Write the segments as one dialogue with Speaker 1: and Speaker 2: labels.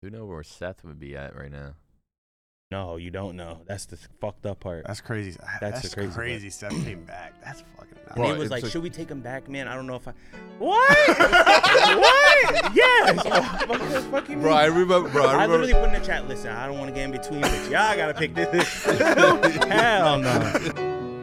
Speaker 1: Who know where Seth would be at right now?
Speaker 2: No, you don't know. That's the fucked up part.
Speaker 3: That's crazy.
Speaker 2: That's
Speaker 3: That's,
Speaker 2: the crazy
Speaker 3: crazy.
Speaker 2: part.
Speaker 3: Seth came back. That's fucking. Nuts.
Speaker 2: And
Speaker 1: Well,
Speaker 2: he was
Speaker 1: it's
Speaker 2: like,
Speaker 1: like-
Speaker 2: "Should we take him back, man? I don't know if I." What? what? Yes. Oh, fuck, what the fuck you
Speaker 1: Bro,
Speaker 2: mean?
Speaker 1: I remember. Bro, I
Speaker 2: I
Speaker 1: remember.
Speaker 2: literally put in the chat. Listen, I don't want to get in between, but y'all gotta pick this. Hell no.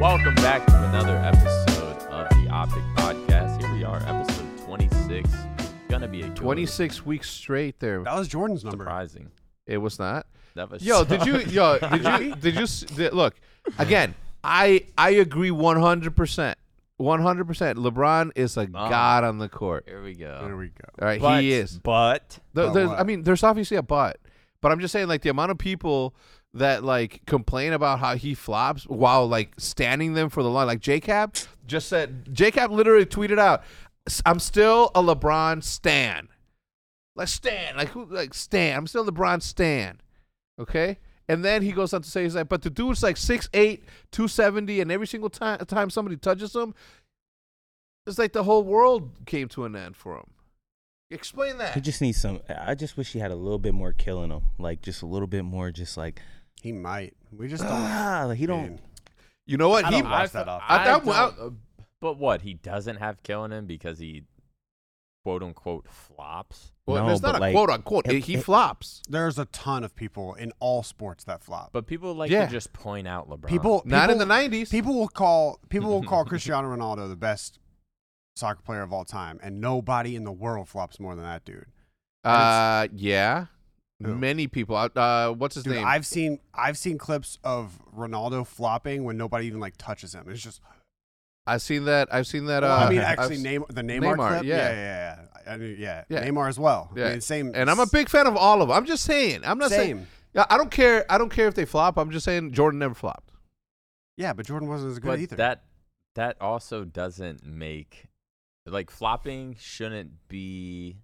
Speaker 1: Welcome back to another episode of the Optic Podcast. Here we are, episode 26. Gonna be a good-
Speaker 4: 26 weeks straight there.
Speaker 3: That was Jordan's number.
Speaker 1: surprising.
Speaker 4: It was not.
Speaker 1: That was
Speaker 4: Yo, did you yo, did you did you s- did, look, again, I I agree 100%. 100%. LeBron is a god on the court.
Speaker 1: Here we
Speaker 3: There
Speaker 1: go.
Speaker 3: we go.
Speaker 4: All right,
Speaker 2: But-
Speaker 4: he is.
Speaker 2: But
Speaker 4: There-
Speaker 3: But
Speaker 4: there's-
Speaker 3: what?
Speaker 4: I mean, there's obviously a but, but I'm just saying, like the amount of people that like complain about how he flops while like standing them for the line. Like J Cab just said, J Cab literally tweeted out, "S- "I'm still a LeBron stan." Like stan, like who, like stan. I'm still a LeBron stan. Okay. And then he goes on to say, he's like, but the dude's like 6'8, 270, and every single time, time somebody touches him, it's like the whole world came to an end for him. Explain that.
Speaker 2: he just needs some. I just wish he had a little bit more killing him, like just a little bit more, just like
Speaker 3: He might. We just don't.
Speaker 2: ah, like, he don't.
Speaker 3: Man.
Speaker 4: You know what?
Speaker 3: I
Speaker 4: He
Speaker 3: don't watch that often.
Speaker 4: I- uh, that-
Speaker 1: but what? He doesn't have killing him because he quote unquote flops.
Speaker 4: well,
Speaker 2: No,
Speaker 4: there's not
Speaker 2: but
Speaker 4: a
Speaker 2: like-
Speaker 4: quote unquote.
Speaker 2: It-
Speaker 4: he
Speaker 2: it-
Speaker 4: flops.
Speaker 3: There's a ton of people in all sports that flop.
Speaker 1: But people like
Speaker 4: Yeah.
Speaker 1: to just point out LeBron.
Speaker 3: people,
Speaker 4: Not in
Speaker 3: people-
Speaker 4: the 90s.
Speaker 3: People will call people will call Cristiano Ronaldo the best soccer player of all time, and nobody in the world flops more than that dude.
Speaker 4: uh, yeah.
Speaker 3: Who?
Speaker 4: Many people. Uh, Uh, what's his
Speaker 3: Dude,
Speaker 4: name?
Speaker 3: I've seen I've seen clips of Ronaldo flopping when nobody even like touches him. It's just
Speaker 4: I've seen that. I've seen that. Uh,
Speaker 3: well, I mean
Speaker 4: I've
Speaker 3: actually
Speaker 4: s-
Speaker 3: Neymar, the Neymar,
Speaker 4: Neymar,
Speaker 3: clip.
Speaker 4: yeah.
Speaker 3: yeah, yeah, yeah. I knew- yeah.
Speaker 4: Yeah.
Speaker 3: Neymar as well.
Speaker 4: Yeah.
Speaker 3: I mean, same.
Speaker 4: And I'm a big fan of all of them. I'm just saying. I'm not saying.
Speaker 3: same.
Speaker 4: Yeah, I don't care. I don't care if they flop. I'm just saying Jordan never flopped.
Speaker 3: Yeah, but Jordan wasn't as good
Speaker 1: but
Speaker 3: either.
Speaker 1: that that also doesn't make like flopping shouldn't be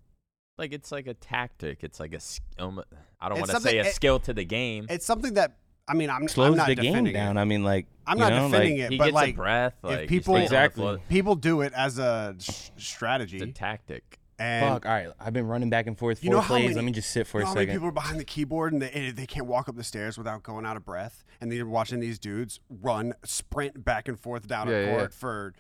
Speaker 1: like it's like a tactic. It's like a sk- um, I don't
Speaker 3: It's
Speaker 1: want to say
Speaker 3: something-
Speaker 1: a
Speaker 3: it-
Speaker 1: skill to the game.
Speaker 3: it's something that I mean I'm,
Speaker 2: slows
Speaker 3: I'm not
Speaker 2: the game
Speaker 3: defending
Speaker 2: down.
Speaker 3: It.
Speaker 2: I mean, like
Speaker 3: I'm
Speaker 2: you
Speaker 3: not
Speaker 2: know,
Speaker 3: defending
Speaker 2: like,
Speaker 3: it,
Speaker 1: he
Speaker 3: but
Speaker 1: gets
Speaker 3: like
Speaker 1: a breath.
Speaker 3: if
Speaker 1: Like he
Speaker 3: people-
Speaker 1: stays on the
Speaker 2: Exactly.
Speaker 1: floor.
Speaker 3: people do it as a s-
Speaker 1: It's a
Speaker 3: strategy,
Speaker 1: tactic.
Speaker 3: and
Speaker 2: Fuck! All right, I've been running back and forth. Four
Speaker 3: You know how
Speaker 2: plays.
Speaker 3: many-
Speaker 2: Let me just sit for
Speaker 3: you
Speaker 2: a
Speaker 3: know how many
Speaker 2: second.
Speaker 3: people are behind the keyboard and they, and they can't walk up the stairs without going out of breath, and they're watching these dudes run, sprint back and forth down
Speaker 4: Yeah,
Speaker 3: a
Speaker 4: yeah,
Speaker 3: court for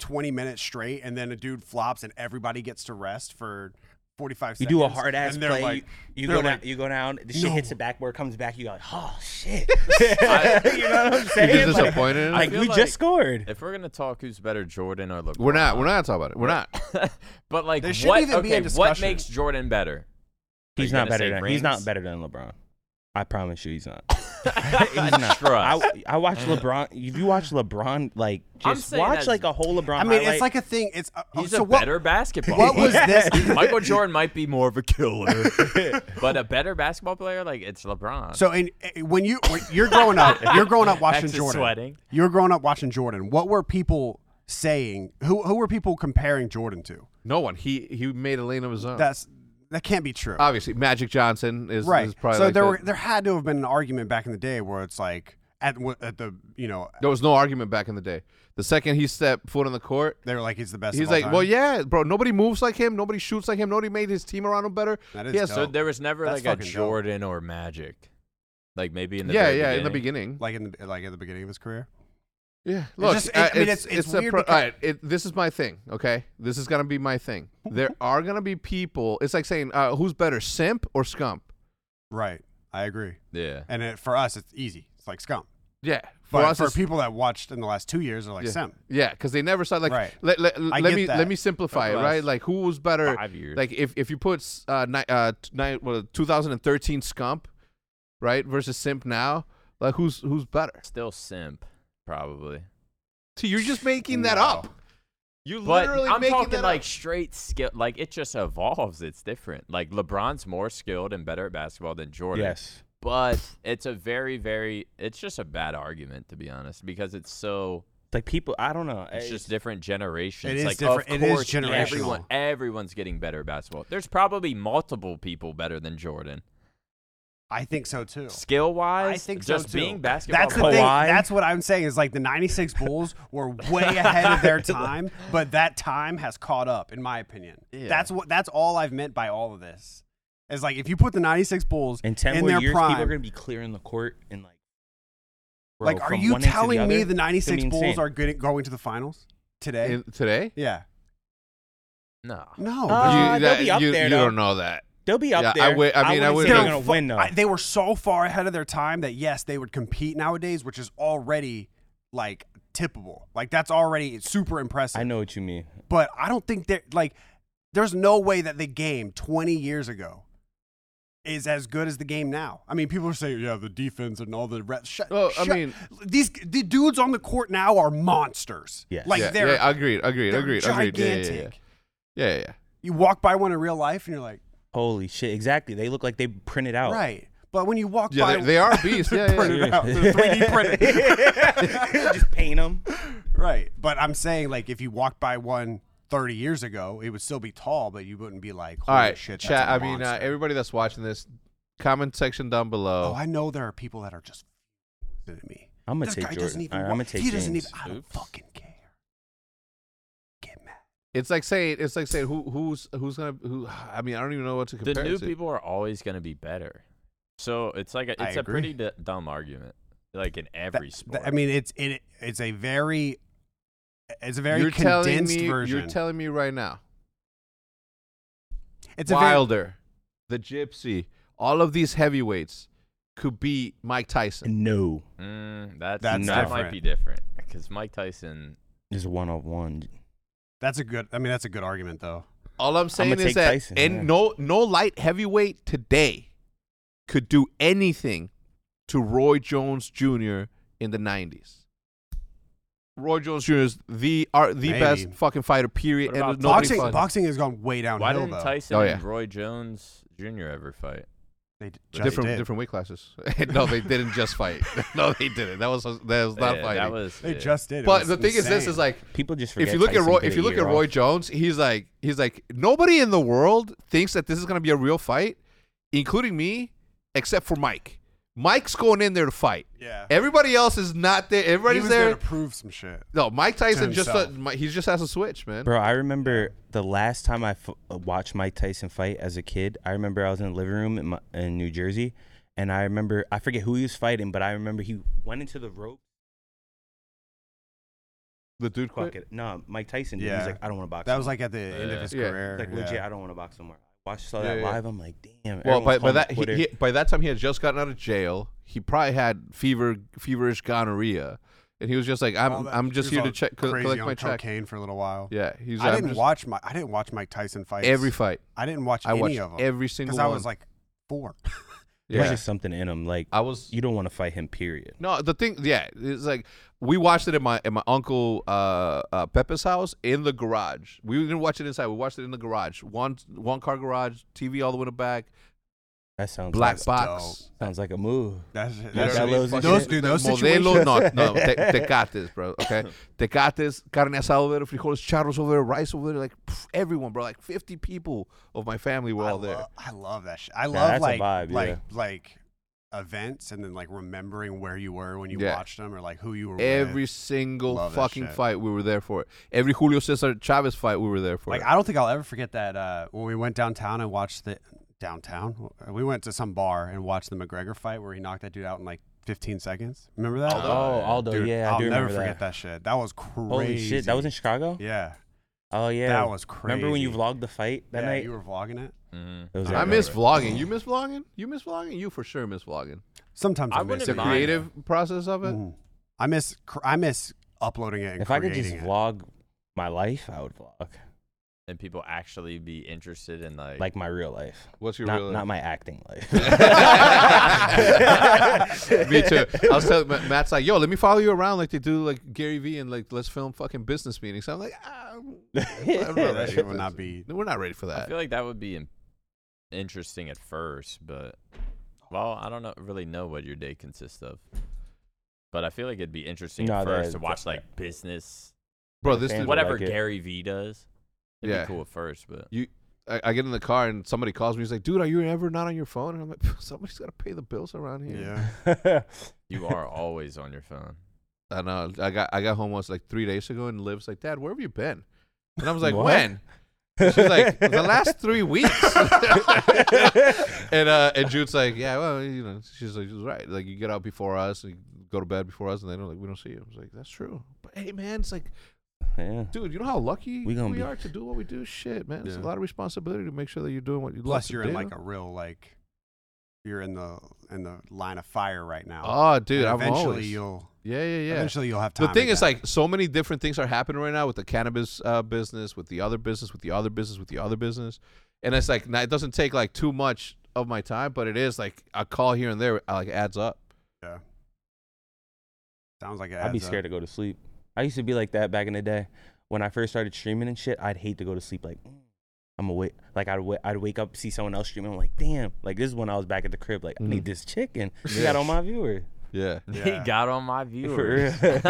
Speaker 3: 20 minutes straight, and then a dude flops and everybody gets to rest for 45
Speaker 2: You
Speaker 3: seconds.
Speaker 2: do a hard ass
Speaker 3: and they're
Speaker 2: play.
Speaker 3: Like,
Speaker 2: you you
Speaker 3: they're
Speaker 2: go down.
Speaker 3: like,
Speaker 2: You go down. The shit
Speaker 3: "No."
Speaker 2: hits the backboard, comes back. You go like, oh shit. you know what I'm saying?
Speaker 4: You're just
Speaker 2: Like-
Speaker 4: disappointed. in
Speaker 2: Like,
Speaker 4: him?
Speaker 1: feel
Speaker 2: we
Speaker 1: like-
Speaker 2: just scored.
Speaker 1: If we're gonna talk, who's better, Jordan or LeBron?
Speaker 4: we're not. We're not talking about it. We're not.
Speaker 1: but like,
Speaker 3: There shouldn't
Speaker 1: what?
Speaker 3: even be a
Speaker 1: okay, what
Speaker 3: discussion.
Speaker 1: makes Jordan better? Are
Speaker 2: He's
Speaker 1: you
Speaker 2: not
Speaker 1: gonna
Speaker 2: better
Speaker 1: say
Speaker 2: than. He's not
Speaker 1: rings?
Speaker 2: better than LeBron. I promise you, he's not.
Speaker 1: he's
Speaker 2: not.
Speaker 1: Trust.
Speaker 2: I, I watch LeBron. If you watch LeBron, like
Speaker 1: I'm
Speaker 2: just
Speaker 1: saying
Speaker 2: watch
Speaker 1: that's-
Speaker 2: like a whole LeBron.
Speaker 3: I mean,
Speaker 2: highlight.
Speaker 3: it's like a thing. It's uh,
Speaker 1: he's
Speaker 3: so
Speaker 1: a
Speaker 3: what,
Speaker 1: better basketball.
Speaker 3: What was
Speaker 1: player.
Speaker 3: this?
Speaker 1: Michael Jordan might be more of a killer, but a better basketball player, like it's LeBron.
Speaker 3: So in, eh, when you when you're growing up, you're growing up watching
Speaker 1: Max is
Speaker 3: Jordan.
Speaker 1: sweating.
Speaker 3: You're growing up watching Jordan. What were people saying? Who who were people comparing Jordan to?
Speaker 4: No one. He he made a lane of
Speaker 2: Oh.
Speaker 4: his own.
Speaker 3: That's that can't be true.
Speaker 4: obviously Magic Johnson is
Speaker 3: right.
Speaker 4: Is probably
Speaker 3: so
Speaker 4: like
Speaker 3: there
Speaker 4: the-
Speaker 3: were there had to have been an argument back in the day where it's like at w- at the you know
Speaker 4: there was no argument back in the day. The second he stepped foot on the court,
Speaker 3: they were like he's the best.
Speaker 4: He's
Speaker 3: of all
Speaker 4: like,
Speaker 3: time.
Speaker 4: well, yeah, bro. Nobody moves like him. Nobody shoots like him. Nobody made his team around him better.
Speaker 3: That is
Speaker 4: He has-
Speaker 3: dope.
Speaker 1: So there was never
Speaker 3: oh, That's
Speaker 1: like a
Speaker 3: fucking dope.
Speaker 1: Jordan or Magic, like maybe in the
Speaker 4: yeah,
Speaker 1: very
Speaker 4: yeah. In the beginning,
Speaker 3: like in the like at the beginning of his career.
Speaker 4: yeah. Look,
Speaker 3: just- it-
Speaker 4: uh,
Speaker 3: I mean,
Speaker 4: it's,
Speaker 3: it's- it's
Speaker 4: a
Speaker 3: weird
Speaker 4: pro-
Speaker 3: because-
Speaker 4: all right, it- this is my thing. Okay, this is gonna be my thing. There are gonna be people. It's like saying, uh, who's better, simp or scump?
Speaker 3: Right. I agree.
Speaker 1: Yeah,
Speaker 3: And it, for us, it's easy. It's like scum.
Speaker 4: Yeah.
Speaker 3: But for,
Speaker 4: us, it's-
Speaker 3: people that watched in the last two years, are like
Speaker 4: yeah,
Speaker 3: Sim.
Speaker 4: Yeah, because they never saw like.
Speaker 3: Right.
Speaker 4: Let, let, let
Speaker 3: get
Speaker 4: me
Speaker 3: that.
Speaker 4: let me simplify it.
Speaker 3: For us,
Speaker 4: Right. Like who was better?
Speaker 1: five years.
Speaker 4: Like if, if you put s- uh, ni- uh, t- ni- what, 2013 scump, right versus simp now, like who's who's better?
Speaker 1: still simp probably.
Speaker 4: So you're just making that
Speaker 3: No.
Speaker 4: up. You
Speaker 1: But
Speaker 4: literally
Speaker 1: I'm
Speaker 4: making
Speaker 1: talking
Speaker 4: that
Speaker 1: like
Speaker 4: up.
Speaker 1: straight skill. Like it just evolves. It's different. Like LeBron's more skilled and better at basketball than Jordan.
Speaker 2: yes.
Speaker 1: But it's a very, very. It's just a bad argument to be honest because it's so.
Speaker 2: Like people, I don't know.
Speaker 1: It's just different generations.
Speaker 3: It is
Speaker 1: like,
Speaker 3: different-
Speaker 1: Of
Speaker 3: it is
Speaker 1: course, Everyone,
Speaker 3: generational.
Speaker 1: everyone's getting better at basketball. There's probably multiple people better than Jordan.
Speaker 3: I think so too.
Speaker 1: Skill wise,
Speaker 3: I think so,
Speaker 1: just
Speaker 3: too.
Speaker 1: being basketball.
Speaker 3: That's the
Speaker 1: players-
Speaker 3: thing.
Speaker 2: Kawhi?
Speaker 3: That's what I'm saying is like the 96 Bulls were way ahead of their time, but that time has caught up in my opinion.
Speaker 1: Yeah.
Speaker 3: That's what that's all I've meant by all of this. Is like if you put the 96 Bulls
Speaker 2: In ten
Speaker 3: in
Speaker 2: more
Speaker 3: their
Speaker 2: years,
Speaker 3: prime,
Speaker 2: people are gonna be clearing the court and like. bro,
Speaker 3: like are
Speaker 2: from
Speaker 3: you
Speaker 2: one end to
Speaker 3: telling me
Speaker 2: other, it's
Speaker 3: the
Speaker 2: gonna
Speaker 3: 96
Speaker 2: be
Speaker 3: Bulls
Speaker 2: insane.
Speaker 3: are good at going to the finals today?
Speaker 4: In- today?
Speaker 3: yeah.
Speaker 1: No.
Speaker 3: No.
Speaker 2: Uh,
Speaker 4: you,
Speaker 2: they'll be up
Speaker 4: you,
Speaker 2: there,
Speaker 4: you
Speaker 2: though.
Speaker 4: don't know that.
Speaker 2: They'll be up
Speaker 4: Yeah, I
Speaker 2: there.
Speaker 4: would- I mean, I
Speaker 2: wouldn't
Speaker 4: would-
Speaker 2: say they're
Speaker 4: No,
Speaker 2: gonna win though.
Speaker 3: I- they were so far ahead of their time that yes, they would compete nowadays, which is already like tippable. Like that's already super impressive.
Speaker 2: I know what you mean.
Speaker 3: But I don't think that like there's no way that the game 20 years ago is as good as the game now. I mean, people are saying, yeah, the defense and all the rest. Shut,
Speaker 4: Well, I
Speaker 3: shut-
Speaker 4: mean-
Speaker 3: these the dudes on the court now are monsters.
Speaker 2: Yes.
Speaker 3: Like
Speaker 4: yeah,
Speaker 3: they're,
Speaker 4: yeah, agreed, agreed,
Speaker 3: they're
Speaker 4: agreed,
Speaker 3: gigantic.
Speaker 4: agreed. Yeah, yeah, yeah. yeah, yeah.
Speaker 3: You walk by one in real life and you're like,
Speaker 2: Holy shit! Exactly. They look like they printed out.
Speaker 3: right. But when you walk
Speaker 4: Yeah,
Speaker 3: by,
Speaker 4: they- they are beasts. Yeah, yeah,
Speaker 3: printed
Speaker 4: yeah.
Speaker 3: out. They're 3D printed.
Speaker 2: Just paint them.
Speaker 3: Right. But I'm saying, like, if you walked by one 30 years ago, it would still be tall, but you wouldn't be like,
Speaker 4: All
Speaker 3: holy
Speaker 4: right,
Speaker 3: shit.
Speaker 4: chat. I
Speaker 3: that's a
Speaker 4: mean, uh,
Speaker 3: monster."
Speaker 4: everybody that's watching this, comment section down below.
Speaker 3: oh, I know there are people that are just f***ing at me.
Speaker 2: I'm gonna
Speaker 3: This
Speaker 2: take
Speaker 3: guy doesn't
Speaker 2: Jordan.
Speaker 3: even
Speaker 2: All right, I'm
Speaker 3: wa-
Speaker 2: gonna take
Speaker 3: He
Speaker 2: James.
Speaker 3: doesn't even, I don't
Speaker 1: Oops.
Speaker 3: fucking care. Get mad.
Speaker 4: it's like saying, it's like saying, who, who's, who's gonna, who? I mean, I don't even know what to compare.
Speaker 1: The new
Speaker 4: it to.
Speaker 1: people are always going to be better. So it's like a,
Speaker 3: I
Speaker 1: it's a
Speaker 3: agree.
Speaker 1: pretty d- dumb argument, like in every
Speaker 3: That-
Speaker 1: sport.
Speaker 3: that- I mean, it's it, it's a very, it's a very
Speaker 4: you're telling
Speaker 3: condensed
Speaker 4: me,
Speaker 3: version.
Speaker 4: you're telling me right now,
Speaker 3: it's a very-
Speaker 4: Wilder, the Gypsy, all of these heavyweights could beat Mike Tyson.
Speaker 2: No,
Speaker 1: Mm, that's,
Speaker 3: That's
Speaker 1: that might
Speaker 3: different.
Speaker 1: be different because Mike Tyson.
Speaker 2: just one on one.
Speaker 3: that's a good. I mean, that's a good argument, though.
Speaker 4: All I'm saying
Speaker 2: take
Speaker 4: is that,
Speaker 2: Tyson,
Speaker 4: and
Speaker 2: yeah.
Speaker 4: no, no light heavyweight today could do anything to Roy Jones Jr. in the '90s. Roy Jones Jr. is the are the
Speaker 3: Maybe.
Speaker 4: best fucking fighter. Period.
Speaker 1: What
Speaker 4: And
Speaker 1: about
Speaker 4: there's nobody
Speaker 3: Boxing,
Speaker 4: fun.
Speaker 3: boxing has gone way downhill.
Speaker 1: Why didn't
Speaker 3: though.
Speaker 1: Tyson
Speaker 4: Oh, yeah.
Speaker 1: and Roy Jones Jr. ever fight?
Speaker 3: They d- just
Speaker 4: different
Speaker 3: did.
Speaker 4: different weight classes. no, they didn't just fight. No, they didn't. That was that was not
Speaker 1: Yeah,
Speaker 4: fighting.
Speaker 1: that was.
Speaker 3: They
Speaker 1: yeah.
Speaker 3: just did. It
Speaker 4: but
Speaker 3: was
Speaker 4: the thing is, this
Speaker 3: insane.
Speaker 4: is like
Speaker 2: People just forget.
Speaker 4: if you look at
Speaker 2: Tyson
Speaker 4: Roy,
Speaker 2: did
Speaker 4: if
Speaker 2: a
Speaker 4: you look
Speaker 2: year
Speaker 4: at Roy
Speaker 2: off.
Speaker 4: Jones, he's like he's like nobody in the world thinks that this is gonna be a real fight, including me, except for Mike. Mike's going in there to fight.
Speaker 3: yeah.
Speaker 4: Everybody else is not there.
Speaker 3: He
Speaker 4: Everybody's
Speaker 3: was
Speaker 4: there.
Speaker 3: to prove some shit.
Speaker 4: No, Mike Tyson just
Speaker 3: himself.
Speaker 4: uh, Mi- he just has a switch, man.
Speaker 2: Bro, I remember the last time I f- uh, watched Mike Tyson fight as a kid. I remember I was in the living room in, my, in New Jersey, and I remember I forget who he was fighting, but I remember he went into the rope.
Speaker 4: The dude
Speaker 2: Fuck
Speaker 4: quit.
Speaker 2: it. No, Mike Tyson. Did.
Speaker 3: Yeah.
Speaker 2: He's like, I don't want to box.
Speaker 3: That was
Speaker 2: anymore."
Speaker 3: like at the end of his
Speaker 4: Yeah.
Speaker 3: career.
Speaker 2: like legit.
Speaker 3: yeah.
Speaker 2: I don't want to box anymore. I watched saw
Speaker 4: Yeah,
Speaker 2: that
Speaker 4: yeah.
Speaker 2: live. I'm like, damn.
Speaker 4: Well,
Speaker 2: everyone's
Speaker 4: by, by
Speaker 2: calling
Speaker 4: that he,
Speaker 2: Twitter.
Speaker 4: he, by that time he had just gotten out of jail. He probably had fever, feverish gonorrhea, and he was just like, "I'm
Speaker 3: All that-
Speaker 4: I'm just
Speaker 3: he was
Speaker 4: here to
Speaker 3: all
Speaker 4: check, co-
Speaker 3: crazy
Speaker 4: collect
Speaker 3: on
Speaker 4: my check."
Speaker 3: cocaine for a little while.
Speaker 4: Yeah, he's.
Speaker 3: I
Speaker 4: I'm
Speaker 3: didn't
Speaker 4: just-
Speaker 3: watch my. I didn't watch Mike Tyson fights.
Speaker 4: every fight.
Speaker 3: I didn't watch
Speaker 4: I
Speaker 3: any
Speaker 4: watched
Speaker 3: of them
Speaker 4: every single.
Speaker 3: because
Speaker 4: one.
Speaker 3: I was like four.
Speaker 4: yeah.
Speaker 2: There's just something in him. Like,
Speaker 4: I was.
Speaker 2: you don't want to fight him. Period.
Speaker 4: No, the thing, yeah, it's like we watched it at my at my uncle uh, uh, Pepe's house in the garage. We didn't watch it inside. We watched it in the garage. One one car garage, TV all the way in the back,
Speaker 2: That sounds
Speaker 4: black
Speaker 2: Like,
Speaker 4: box.
Speaker 2: sounds like a move.
Speaker 3: That's,
Speaker 4: You
Speaker 3: that's
Speaker 4: know what I mean?
Speaker 2: Modelo and
Speaker 4: Fucking
Speaker 2: shit.
Speaker 3: Dude, those
Speaker 4: Modelo, no, no, te- tecates, bro. Okay, tecates, carne asada over there, frijoles, charros over there, rice over there, like pff, everyone, bro. Like fifty people of my family were
Speaker 3: I
Speaker 4: all there.
Speaker 3: love, I love that shit. I love
Speaker 2: that's a
Speaker 3: like
Speaker 2: vibe,
Speaker 3: like
Speaker 2: yeah.
Speaker 3: like events and then like remembering where you were when you
Speaker 4: Yeah.
Speaker 3: watched them or like who you were.
Speaker 4: Every
Speaker 3: with.
Speaker 4: single
Speaker 3: Love that
Speaker 4: fucking
Speaker 3: shit.
Speaker 4: fight, we were there for it. Every Julio Cesar Chavez fight, we were there for
Speaker 3: like
Speaker 4: it.
Speaker 3: I don't think I'll ever forget that uh, when we went downtown and watched the downtown. We went to some bar and watched the McGregor fight where he knocked that dude out in like 15 seconds. Remember that?
Speaker 2: Oh, Aldo.
Speaker 3: Dude,
Speaker 2: yeah, I
Speaker 3: I'll
Speaker 2: do
Speaker 3: never
Speaker 2: remember
Speaker 3: forget that. shit. That was crazy.
Speaker 2: Holy shit, that was in Chicago.
Speaker 3: Yeah,
Speaker 2: Oh yeah,
Speaker 3: that was crazy.
Speaker 2: Remember when you vlogged the fight that
Speaker 3: yeah,
Speaker 2: night?
Speaker 3: You were vlogging it.
Speaker 1: Mhm.
Speaker 2: It was
Speaker 4: I
Speaker 2: like-
Speaker 4: miss vlogging. You miss vlogging? You miss vlogging? You for sure miss vlogging.
Speaker 3: Sometimes
Speaker 1: I
Speaker 3: I miss
Speaker 1: wouldn't
Speaker 4: The
Speaker 3: it.
Speaker 1: mind.
Speaker 4: creative process of it.
Speaker 3: Mhm. I miss. Cr- I miss uploading it and
Speaker 2: If I
Speaker 3: creating
Speaker 2: could just
Speaker 3: it.
Speaker 2: vlog my life, I would vlog
Speaker 1: And people actually be interested in like.
Speaker 2: like my real life,
Speaker 4: What's your
Speaker 2: not
Speaker 4: real?
Speaker 2: not my acting life.
Speaker 4: Me too. I was telling Ma- Matt's like, yo, let me follow you around like they do like Gary Vee and like let's film fucking business meetings. I'm like, ah, I'm
Speaker 3: Yeah,
Speaker 4: not
Speaker 3: that
Speaker 4: ready
Speaker 3: shit
Speaker 4: for
Speaker 3: would not be.
Speaker 4: this. We're not ready for
Speaker 2: Uh,
Speaker 1: I
Speaker 4: that.
Speaker 1: feel like that would be in- interesting at first, but well, I don't know, really know what your day consists of. But I feel like it'd be interesting
Speaker 2: No,
Speaker 1: at first
Speaker 2: that-
Speaker 1: to watch like business,
Speaker 4: Bro, this
Speaker 2: Fan-
Speaker 4: dude,
Speaker 2: What-
Speaker 1: whatever
Speaker 2: like it.
Speaker 1: Gary Vee does. It'd
Speaker 4: Yeah.
Speaker 1: be cool at first, but
Speaker 4: you I, I get in the car and somebody calls me. He's like, "Dude, are you ever not on your phone?" And I'm like, "Somebody's got to pay the bills around here."
Speaker 3: Yeah.
Speaker 1: You are always on your phone.
Speaker 4: I know. I got I got home once like three days ago, and Liv's like, "Dad, where have you been?" And I was like,
Speaker 2: What?
Speaker 4: "When?" She's like, "The last three weeks." and uh, and Jude's like, "Yeah, well, you know," she's like, she's "Right, like you get out before us, and you go to bed before us, and they don't like we don't see you." I was like, "That's true." But hey, man, it's like,
Speaker 2: yeah.
Speaker 4: dude, you know how lucky
Speaker 2: We
Speaker 4: we,
Speaker 2: gonna be-
Speaker 4: are to do what we do. Shit, man, it's a
Speaker 3: Yeah.
Speaker 4: lot of responsibility to make sure that you're doing what you love
Speaker 3: Plus,
Speaker 4: to
Speaker 3: you're in
Speaker 4: do.
Speaker 3: like a real like you're in the in the line of fire right now.
Speaker 4: oh, dude,
Speaker 3: And
Speaker 4: I'm
Speaker 3: eventually
Speaker 4: always yeah,
Speaker 3: you'll
Speaker 4: yeah, yeah.
Speaker 3: eventually you'll have time.
Speaker 4: the thing is
Speaker 3: again.
Speaker 4: like so many different things are happening right now with the cannabis uh, business with the other business with the other business with the other business and it's like nah, it doesn't take like too much of my time but it is like a call here and there uh, like adds up
Speaker 3: sounds like it
Speaker 2: I'd be
Speaker 3: adds up.
Speaker 2: scared to go to sleep. I used to be like that back in the day. When I first started streaming and shit, I'd hate to go to sleep. Like, mm, I'm awake. Like, I'd, wa- I'd wake up, see someone else streaming. I'm like, damn. Like, this is when I was back at the crib. Like, I need this chicken. You got all my viewers.
Speaker 4: yeah
Speaker 1: He
Speaker 3: Yeah.
Speaker 1: got on my
Speaker 2: For
Speaker 1: viewers.
Speaker 2: real.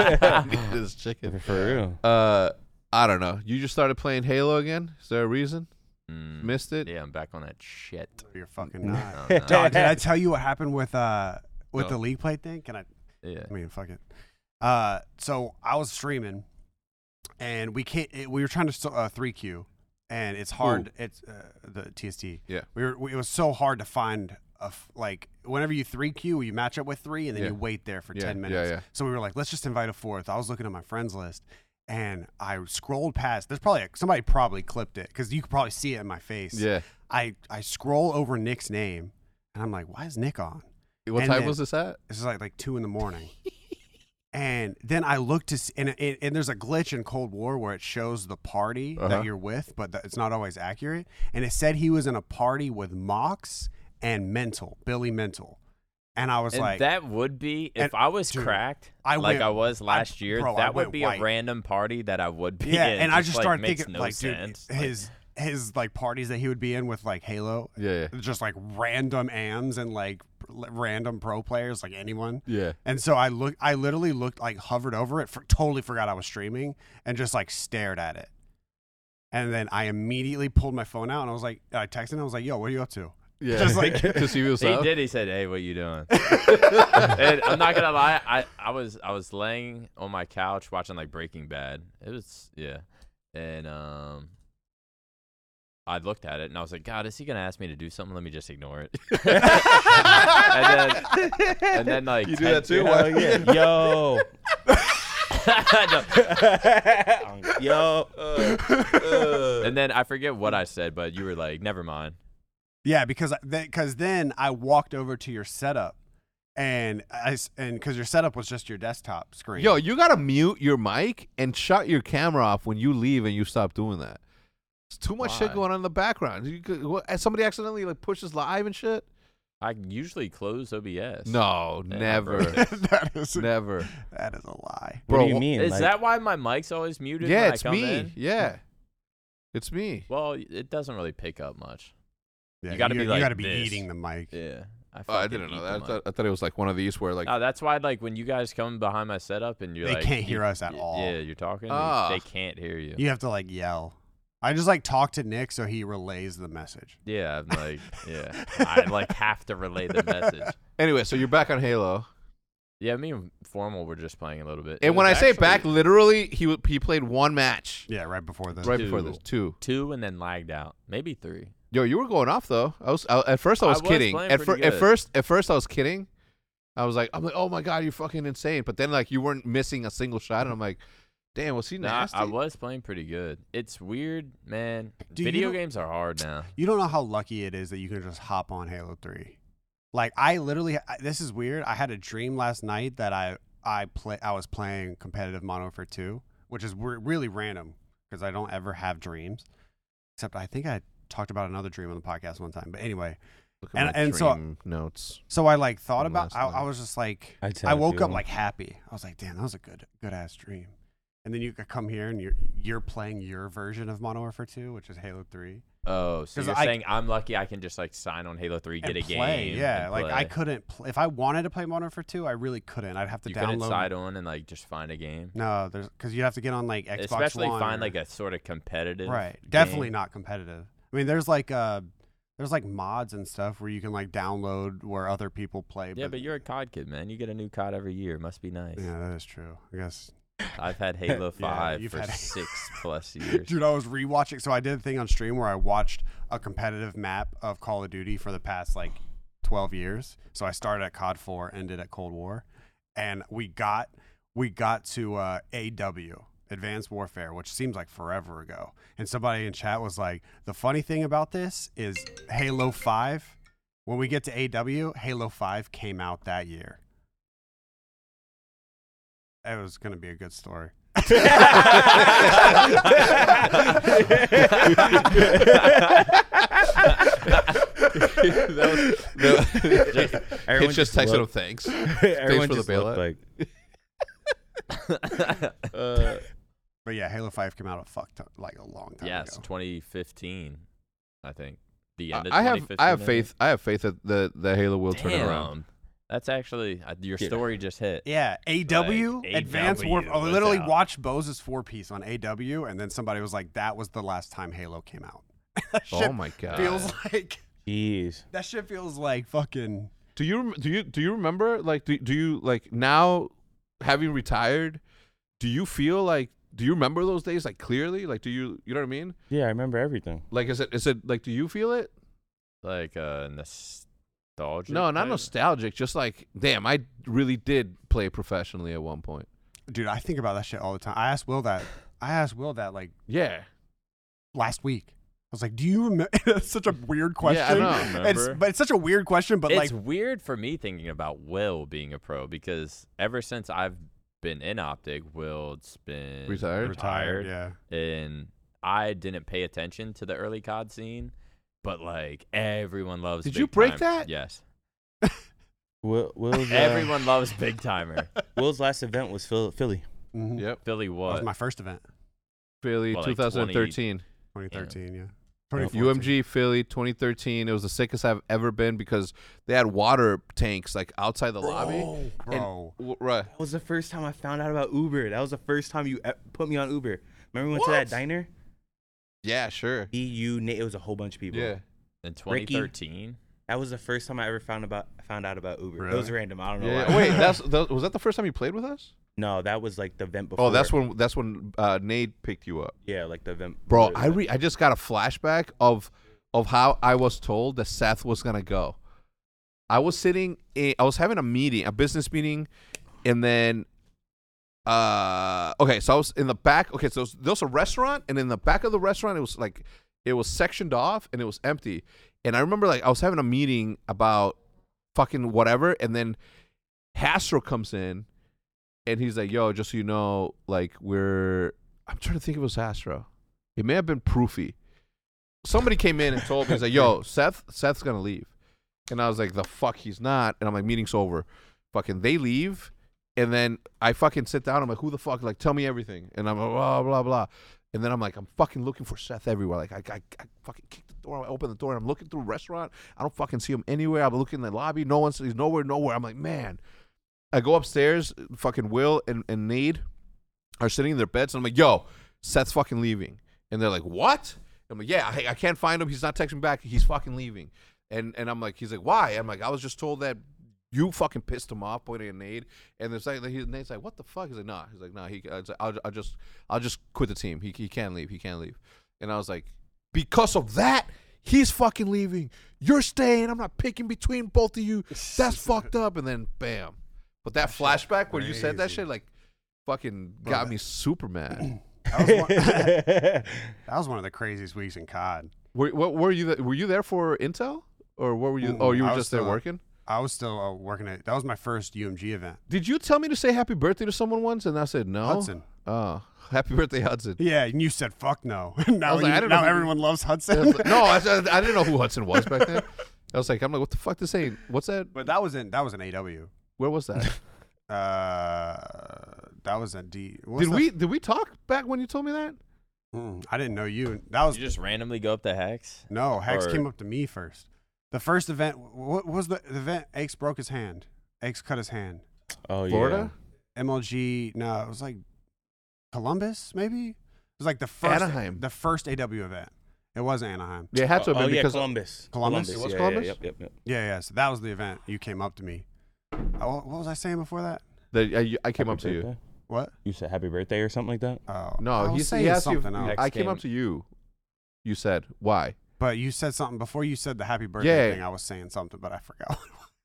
Speaker 4: this chicken
Speaker 2: For real.
Speaker 4: uh i don't know you just started playing halo again is there a reason
Speaker 1: Mm,
Speaker 4: missed it
Speaker 1: yeah, I'm back on that shit.
Speaker 3: You're fucking not.
Speaker 1: No, no,
Speaker 3: Dog, did I tell you what happened with uh with
Speaker 4: No.
Speaker 3: the league play thing? Can I?
Speaker 1: yeah.
Speaker 3: I mean, fuck it. Uh, so I was streaming, and we can't. It, we were trying to uh, three Q, and it's hard. It's uh, the TST.
Speaker 4: Yeah.
Speaker 3: we were. We, it was so hard to find a f- like whenever you three Q, you match up with three, and then
Speaker 4: Yeah.
Speaker 3: you wait there for
Speaker 4: Yeah,
Speaker 3: ten
Speaker 4: yeah,
Speaker 3: minutes.
Speaker 4: yeah.
Speaker 3: So we were like, let's just invite a fourth. I was looking at my friends list. And I scrolled past. There's probably somebody probably clipped it because you could probably see it in my face.
Speaker 4: yeah
Speaker 3: I I scroll over Nick's name, and I'm like, why is Nick on?
Speaker 4: what
Speaker 3: And
Speaker 4: time
Speaker 3: then-
Speaker 4: was this at
Speaker 3: This is like like two in the morning. and then I look to see, and, and and there's a glitch in Cold War where it shows the party
Speaker 4: Uh-huh.
Speaker 3: that you're with, but that it's not always accurate. And it said he was in a party with Mox and Mental, Billy Mental. And I was
Speaker 1: And
Speaker 3: like,
Speaker 1: that would be if
Speaker 3: And,
Speaker 1: I was
Speaker 3: dude,
Speaker 1: cracked,
Speaker 3: I
Speaker 1: like
Speaker 3: went-
Speaker 1: I was last year.
Speaker 3: bro, I
Speaker 1: that would
Speaker 3: went
Speaker 1: be
Speaker 3: white.
Speaker 1: a random party that I would be
Speaker 3: yeah.
Speaker 1: in.
Speaker 3: And I just
Speaker 1: like,
Speaker 3: started
Speaker 1: makes
Speaker 3: thinking,
Speaker 1: no
Speaker 3: like,
Speaker 1: sense.
Speaker 3: dude, his his like parties that he would be in with like Halo,
Speaker 4: yeah
Speaker 3: just like random AMs and like l- random pro players, like anyone.
Speaker 4: yeah
Speaker 3: And so I look, I literally looked like hovered over it, for, totally forgot I was streaming, and just like stared at it. And then I immediately pulled my phone out and I was like, I texted him. I was like, "Yo, what are you up to?"
Speaker 4: yeah
Speaker 3: Just like-
Speaker 4: to see what's
Speaker 1: He
Speaker 4: up
Speaker 1: did. He said, "Hey, what you doing?" and I'm not gonna lie. I, I was I was laying on my couch watching like Breaking Bad. It was yeah, and um, I looked at it and I was like, "God, is he gonna ask me to do something? Let me just ignore it." and then and then like
Speaker 4: you do
Speaker 1: 10
Speaker 4: that too
Speaker 2: Hell Oh, yeah. Yo.
Speaker 1: No.
Speaker 2: Yo.
Speaker 4: Uh,
Speaker 1: And then I forget what I said, but you were like, "Never mind."
Speaker 3: Yeah, because because then I walked over to your setup, and I s- and because your setup was just your desktop screen.
Speaker 4: Yo, you gotta mute your mic and shut your camera off when you leave and you stop doing that. It's too much shit
Speaker 1: Why?
Speaker 4: going on in the background. You could, what, and somebody accidentally like pushes live and shit.
Speaker 1: I usually close OBS.
Speaker 4: No,
Speaker 1: Yeah,
Speaker 4: never,
Speaker 1: bro.
Speaker 3: that is
Speaker 4: never.
Speaker 3: that is a lie.
Speaker 2: What
Speaker 4: Bro,
Speaker 2: do you
Speaker 4: wh-
Speaker 2: mean?
Speaker 1: Is
Speaker 2: like,
Speaker 1: that why my mic's always muted?
Speaker 4: Yeah,
Speaker 1: when I
Speaker 4: it's
Speaker 1: come
Speaker 4: me.
Speaker 1: in? Hmm.
Speaker 4: Yeah, it's me.
Speaker 1: Well, it doesn't really pick up much.
Speaker 3: Yeah,
Speaker 1: You gotta be
Speaker 3: you,
Speaker 1: like
Speaker 3: gotta be
Speaker 1: this.
Speaker 3: eating the mic.
Speaker 1: Yeah, I,
Speaker 4: Oh, I
Speaker 1: fucking
Speaker 4: didn't know
Speaker 1: eat
Speaker 4: that. I
Speaker 1: them
Speaker 4: thought,
Speaker 1: up.
Speaker 4: I thought it was like one of these where like,
Speaker 1: No, that's why. Like when you guys come behind my setup and you're
Speaker 3: They
Speaker 1: like,
Speaker 3: can't
Speaker 1: you-
Speaker 3: hear us at
Speaker 1: y-
Speaker 3: all.
Speaker 1: Yeah, you're talking. they-
Speaker 4: Ah.
Speaker 1: They can't hear you.
Speaker 3: You have to like yell. I just like talk to Nick so he relays the message.
Speaker 1: Yeah, I'm like, yeah, I like have to relay the message.
Speaker 4: anyway. So you're back on Halo,
Speaker 1: Yeah, me and Formal were just playing a little bit. It
Speaker 4: and when I
Speaker 1: was
Speaker 4: say
Speaker 1: actually
Speaker 4: back, literally he w- he played one match
Speaker 3: Yeah, right before this.
Speaker 4: right before
Speaker 1: Two.
Speaker 4: this two.
Speaker 1: two and then lagged out, maybe three.
Speaker 4: Yo, you were going off though. I was I, at first I
Speaker 1: I
Speaker 4: was,
Speaker 1: was
Speaker 4: kidding.
Speaker 1: playing
Speaker 4: At, fir-
Speaker 1: pretty
Speaker 4: at
Speaker 1: good.
Speaker 4: first at first I was kidding. I was like I'm like oh my god you're fucking insane. But then like you weren't missing a single shot and I'm like damn was he
Speaker 1: No, I,
Speaker 4: nasty?
Speaker 1: I was playing pretty good. It's weird, man.
Speaker 3: Do you
Speaker 1: Video
Speaker 3: know-
Speaker 1: games are hard now.
Speaker 3: You don't know how lucky it is that you can just hop on Halo 3. Like I literally I- this is weird. I had a dream last night that I I play I was playing competitive Modern Warfare 2, which is re- really random because I don't ever have dreams. Except I think I talked about another dream on the podcast one time. But anyway,
Speaker 4: Look
Speaker 3: and-
Speaker 4: my
Speaker 3: and so-
Speaker 4: dream notes.
Speaker 3: so I like thought
Speaker 4: From
Speaker 3: about
Speaker 4: last
Speaker 3: I,
Speaker 4: night.
Speaker 3: I was just like
Speaker 2: I
Speaker 3: I
Speaker 2: tell
Speaker 3: woke up
Speaker 2: you.
Speaker 3: like happy. I was like, "Damn, that was a good good ass dream." And then you could come here and you're you're playing your version of Modern Warfare 2, which is Halo 3.
Speaker 1: Oh, so
Speaker 3: 'Cause
Speaker 1: you're
Speaker 3: I-
Speaker 1: saying I'm lucky I can just like sign on Halo Three, get
Speaker 3: and
Speaker 1: a
Speaker 3: play.
Speaker 1: game.
Speaker 3: Yeah,
Speaker 1: and
Speaker 3: like
Speaker 1: play.
Speaker 3: I couldn't. Pl- if I wanted to play Modern Warfare 2, I really couldn't. I'd have to
Speaker 1: You couldn't
Speaker 3: download.
Speaker 1: side on and like just find a game.
Speaker 3: No, there's because you'd have to get on like Xbox
Speaker 1: especially
Speaker 3: One
Speaker 1: find
Speaker 3: or-
Speaker 1: like a sort of competitive
Speaker 3: right.
Speaker 1: game.
Speaker 3: Definitely not competitive. I mean, there's like uh, there's like mods and stuff where you can like download where other people play.
Speaker 1: Yeah, but you're a COD kid, man. You get a new COD every year. Must be nice.
Speaker 3: yeah, that is true. I guess,
Speaker 1: I've had Halo
Speaker 3: Yeah,
Speaker 1: 5
Speaker 3: you've
Speaker 1: for
Speaker 3: had-
Speaker 1: six plus years.
Speaker 3: dude, I was rewatching. So I did a thing on stream where I watched a competitive map of Call of Duty for the past like 12 years. So I started at COD 4, ended at Cold War, and we got we got to uh, AW. Advanced Warfare, which seems like forever ago. And somebody in chat was like, the funny thing about this is Halo 5, when we get to AW, Halo 5 came out that year. It was going to be a good story.
Speaker 1: That was- that- just-
Speaker 4: It's
Speaker 2: Everyone
Speaker 4: just texted him
Speaker 2: looked-
Speaker 4: thanks.
Speaker 2: everyone
Speaker 4: for the
Speaker 2: just looked
Speaker 4: bailout.
Speaker 2: Like,
Speaker 4: Uh,
Speaker 3: But yeah, Halo Five came out a fuck ton, like a long time
Speaker 1: yes,
Speaker 3: ago.
Speaker 1: 2015, I think. The end of
Speaker 4: I have
Speaker 1: 2015.
Speaker 4: I have faith I have faith that the the Halo will turn
Speaker 1: Damn.
Speaker 4: around.
Speaker 1: That's actually uh, your
Speaker 2: Yeah.
Speaker 1: story just hit.
Speaker 3: Yeah, AW
Speaker 1: Like,
Speaker 3: Advanced
Speaker 1: AW
Speaker 3: Warfare. I
Speaker 1: was
Speaker 3: literally
Speaker 1: out.
Speaker 3: watched Bose's four piece on AW, and then somebody was like, "That was the last time Halo came out." that shit
Speaker 4: Oh my god.
Speaker 3: feels like
Speaker 2: jeez.
Speaker 3: that shit feels like fucking.
Speaker 4: Do you rem- do you do you remember like do, do you like now having retired do you feel like do you remember those days like clearly like do you you know what I mean
Speaker 2: Yeah, I remember everything.
Speaker 4: like is it is it like do you feel it
Speaker 1: Like uh, nostalgia.
Speaker 4: No not
Speaker 1: type?
Speaker 4: nostalgic just like damn I really did play professionally at one point
Speaker 3: Dude, I think about that shit all the time. I asked Will that. I asked Will that like
Speaker 4: yeah
Speaker 3: last week. I was like, "Do you remember?" That's such a weird question.
Speaker 4: I know.
Speaker 3: It's,
Speaker 1: Remember?
Speaker 3: but it's such a weird question. But
Speaker 1: it's
Speaker 3: like,
Speaker 1: weird for me thinking about Will being a pro because ever since I've been in optic, Will's been
Speaker 4: Retired?
Speaker 1: retired,
Speaker 3: Yeah.
Speaker 1: and I didn't pay attention to the early COD scene, but like everyone loves.
Speaker 4: Did
Speaker 1: Big
Speaker 4: you break
Speaker 1: Time-
Speaker 4: that?
Speaker 1: Yes,
Speaker 2: Will, Will's, uh,
Speaker 1: everyone loves Big Timer.
Speaker 2: Will's last event was Phil- Philly.
Speaker 3: Mhm.
Speaker 4: yep
Speaker 1: Philly
Speaker 3: That
Speaker 1: was
Speaker 3: was my first event,
Speaker 4: Philly
Speaker 1: Well, like
Speaker 4: 2013
Speaker 3: 2013. Yeah.
Speaker 4: UMG Philly 2013 it was the sickest I've ever been because they had water tanks like outside the lobby
Speaker 3: Oh, bro.
Speaker 4: W- right
Speaker 2: That was the first time I found out about Uber. That was the first time you e- put me on Uber. Remember we went to
Speaker 4: What?
Speaker 2: that diner?
Speaker 4: yeah sure
Speaker 2: Me, you, Nate. It was a whole bunch of people.
Speaker 4: yeah
Speaker 1: in
Speaker 2: Ricky.
Speaker 1: 2013.
Speaker 2: That was the first time I ever found about found out about Uber. It
Speaker 3: Really?
Speaker 2: was random. I don't know
Speaker 4: Yeah.
Speaker 2: why.
Speaker 4: Wait, that's that, was that the first time you played with us?
Speaker 2: No, that was like the event before.
Speaker 4: Oh, that's when that's when uh, Nade picked you up,
Speaker 2: Yeah, like the event.
Speaker 4: bro.
Speaker 2: the-
Speaker 4: I re- I just got a flashback of of how I was told that Seth was gonna go. I was sitting, in, I was having a meeting, a business meeting, and then, uh, okay, so I was in the back. Okay, so there was a restaurant, and in the back of the restaurant, it was like it was sectioned off and it was empty. And I remember like I was having a meeting about fucking whatever, and then Hasro comes in and he's like, "Yo, just so you know, like we're." I'm trying to think if it was Astro. It may have been Proofy. Somebody came in and told me, "He's like, yo, Seth, Seth's gonna leave," and I was like, "The fuck, he's not." And I'm like, "Meeting's over." Fucking, they leave, and then I fucking sit down. I'm like, "Who the fuck?" Like, tell me everything, and I'm like, blah blah blah. And then I'm like, I'm fucking looking for Seth everywhere. Like, I, I, I fucking kick the door. I open the door, and I'm looking through restaurant. I don't fucking see him anywhere. I'm looking in the lobby. No one's. He's nowhere. Nowhere. I'm like, man. I go upstairs, fucking Will and, and Nade are sitting in their beds, and I'm like, yo, Seth's fucking leaving. And they're like, what? I'm like, yeah, I, I can't find him. He's not texting back. He's fucking leaving. And and I'm like, he's like, why? I'm like, I was just told that you fucking pissed him off, pointing at Nade. And it's like, he, Nade's like, what the fuck? He's like, nah. He's like, nah. He, I was like, I'll, I'll just, I'll just quit the team. He, he can't leave. He can't leave. And I was like, because of that, he's fucking leaving. You're staying. I'm not picking between both of you. That's fucked up. And then bam. But that flashback where you said that
Speaker 3: crazy.
Speaker 4: shit, like, fucking got me super mad.
Speaker 3: That was, one, that was one of the craziest weeks in COD.
Speaker 4: were, what were you? th- Were you there for Intel, or what were you?
Speaker 3: Mm,
Speaker 4: oh, you
Speaker 3: I
Speaker 4: were
Speaker 3: was
Speaker 4: just there
Speaker 3: still-
Speaker 4: working.
Speaker 3: I was still uh, working at. That was my first UMG event.
Speaker 4: Did you tell me to say happy birthday to someone once, and I said no?
Speaker 3: Hudson.
Speaker 4: Oh, happy birthday, Hudson.
Speaker 3: Yeah, and you said fuck no. now
Speaker 4: was like,
Speaker 3: you-
Speaker 4: I don't
Speaker 3: now
Speaker 4: know who-
Speaker 3: everyone loves
Speaker 4: I
Speaker 3: Hudson.
Speaker 4: was like- no, I, said- I didn't know who Hudson was back then. I was like, I'm like, what the fuck this ain't? What's that?
Speaker 3: but that was in that was an AW.
Speaker 4: Where was that?
Speaker 3: Uh, that was a D. what's
Speaker 4: did
Speaker 3: the-
Speaker 4: we did we talk back when you told me that?
Speaker 3: Mm, I didn't know you. That was
Speaker 1: You just randomly go up to Hex.
Speaker 3: no. Hex
Speaker 1: or-
Speaker 3: came up to me first. The first event. What was the, the event? Aches broke his hand. Aches cut his hand.
Speaker 2: oh, yeah.
Speaker 4: Florida,
Speaker 3: MLG. No, it was like Columbus. Maybe it was like the first
Speaker 4: Anaheim.
Speaker 3: The first AW event. It It was Anaheim.
Speaker 4: Yeah, it had to have
Speaker 2: oh,
Speaker 4: been
Speaker 2: yeah,
Speaker 4: because
Speaker 2: Columbus.
Speaker 3: Columbus?
Speaker 4: It was
Speaker 2: yeah,
Speaker 4: Columbus?
Speaker 2: Yeah, yep, yep, yep.
Speaker 3: Yeah, yeah. So that was the event. You came up to me. Oh, what was I saying before that?
Speaker 4: the, I, I came up to you.
Speaker 3: What?
Speaker 2: You said happy birthday or something like that.
Speaker 3: Oh, I
Speaker 4: No,
Speaker 3: was
Speaker 4: he, said-
Speaker 3: saying
Speaker 4: he asked you.
Speaker 3: something
Speaker 4: If,
Speaker 3: else.
Speaker 1: Next
Speaker 4: I came up
Speaker 1: game.
Speaker 4: to you. You said why?
Speaker 3: But you said something before you said the happy birthday
Speaker 4: Yeah.
Speaker 3: thing. I was saying something, but I forgot.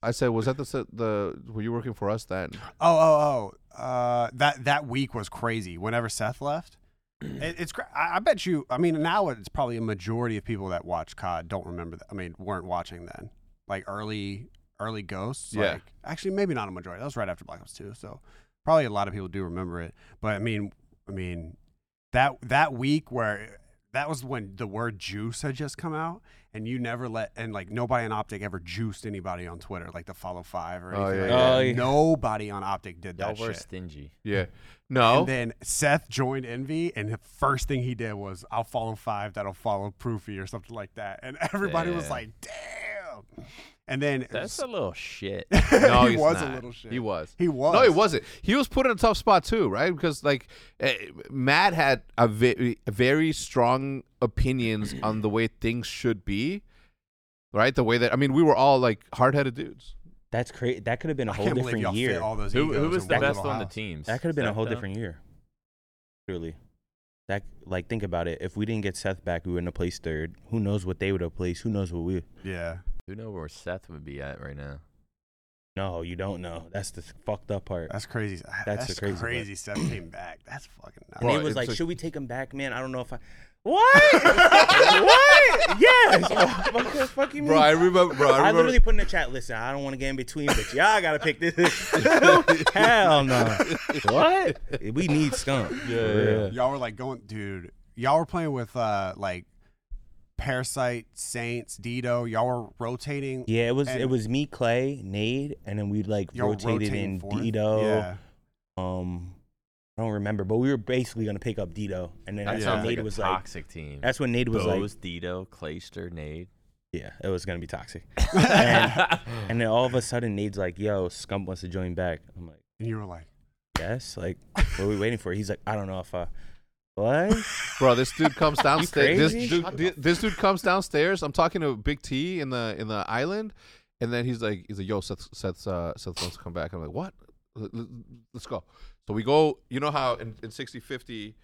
Speaker 4: I said, was that the se- the were you working for us then?
Speaker 3: Oh, oh, oh. Uh, that that week was crazy. Whenever Seth left, it, it's. cra- I, I bet you. I mean, now it's probably a majority of people that watch COD don't remember. That, I mean, weren't watching then. Like early, early ghosts.
Speaker 4: Yeah.
Speaker 3: Like, actually, maybe not a majority. That was right after Black Ops Two, so probably a lot of people do remember it. But I mean, I mean, that that week where that was when the word juice had just come out. And you never let, and like nobody in Optic ever juiced anybody on Twitter, like the follow five or
Speaker 4: Oh,
Speaker 3: anything.
Speaker 4: yeah,
Speaker 3: like that.
Speaker 2: yeah. Oh, yeah.
Speaker 3: Nobody on Optic did
Speaker 1: Y'all
Speaker 3: that
Speaker 1: were Oh.
Speaker 3: shit.
Speaker 1: stingy.
Speaker 4: Yeah. No.
Speaker 3: And then Seth joined Envy, and the first thing he did was, "I'll follow five, that'll follow Proofy or something like that." And everybody was
Speaker 1: Yeah.
Speaker 3: like, "Damn!" And then
Speaker 1: That's a little shit.
Speaker 4: no,
Speaker 3: he
Speaker 4: he's
Speaker 3: was
Speaker 4: not.
Speaker 3: a little shit.
Speaker 4: He was.
Speaker 3: He was.
Speaker 4: No, he wasn't. He was put in a tough spot too, right? Because like eh, Matt had a very, very strong opinions on the way things should be, right? The way that I mean, we were all like hard-headed dudes.
Speaker 2: That's crazy. That could have been a
Speaker 3: I
Speaker 2: whole
Speaker 3: can't believe
Speaker 2: different
Speaker 3: y'all
Speaker 2: year.
Speaker 3: fit all those.
Speaker 1: Who,
Speaker 3: egos
Speaker 1: who was
Speaker 3: in
Speaker 1: the
Speaker 3: one
Speaker 1: best
Speaker 3: little
Speaker 1: on the
Speaker 3: house.
Speaker 1: teams?
Speaker 2: That could have been a
Speaker 1: Seth
Speaker 2: whole
Speaker 1: Dunn?
Speaker 2: different year. Literally. That like think about it. If we didn't get Seth back, we wouldn't have placed third. Who knows what they would have placed? Who knows what we?
Speaker 3: Yeah,
Speaker 1: Who know where Seth would be at right now?
Speaker 2: No, you don't know. That's the fucked up part.
Speaker 3: that's crazy.
Speaker 2: That's
Speaker 3: That's,
Speaker 2: the crazy
Speaker 3: crazy. Seth came back. That's fucking nuts.
Speaker 2: And he
Speaker 4: Well,
Speaker 2: was
Speaker 4: it's
Speaker 2: like,
Speaker 4: a-
Speaker 2: "Should we take him back, man? I don't know if I." What? what? Yes. Fuck, the fuck you
Speaker 4: Bro,
Speaker 2: mean?
Speaker 4: I remember. Bro, I
Speaker 2: I,
Speaker 4: remember.
Speaker 2: literally put in the chat. Listen, I don't want to get in between, but y'all gotta pick this. Hell no. What? We need skunk.
Speaker 4: yeah,
Speaker 2: For real.
Speaker 4: yeah.
Speaker 3: y'all were like going, dude. Y'all were playing with uh like Parasite, Saints, Dido. Y'all were rotating.
Speaker 2: Yeah, it was it
Speaker 3: And-
Speaker 2: was me, Clay, Nade, and then we like
Speaker 3: Y'all were
Speaker 2: rotated
Speaker 3: rotating
Speaker 2: in
Speaker 3: fourth.
Speaker 2: Dito.
Speaker 3: Yeah.
Speaker 2: Um, I don't remember, but we were basically gonna pick up Dito, and then
Speaker 1: That
Speaker 2: that's
Speaker 3: Yeah.
Speaker 2: when
Speaker 1: sounds like
Speaker 2: Nade
Speaker 1: a
Speaker 2: was like,
Speaker 1: toxic team.
Speaker 2: that's when Nade was
Speaker 1: Bose,
Speaker 2: like,
Speaker 1: Dito, Clayster, Nade.
Speaker 2: yeah, it was gonna be toxic. and, and then all of a sudden, Nade's like, yo, Scump wants to join back. I'm like,
Speaker 3: And you were like,
Speaker 2: yes, like, what are we waiting for? He's like, I don't know if I. What?
Speaker 4: Bro, this dude comes downstairs.
Speaker 2: crazy?
Speaker 4: This dude, this dude comes downstairs. I'm talking to Big T in the in the island, and then he's like, he's like, "Yo, Seth, Seth, uh, Seth wants to come back." I'm like, "What? Let- let- Let's go." So we go. You know how in, in 60 50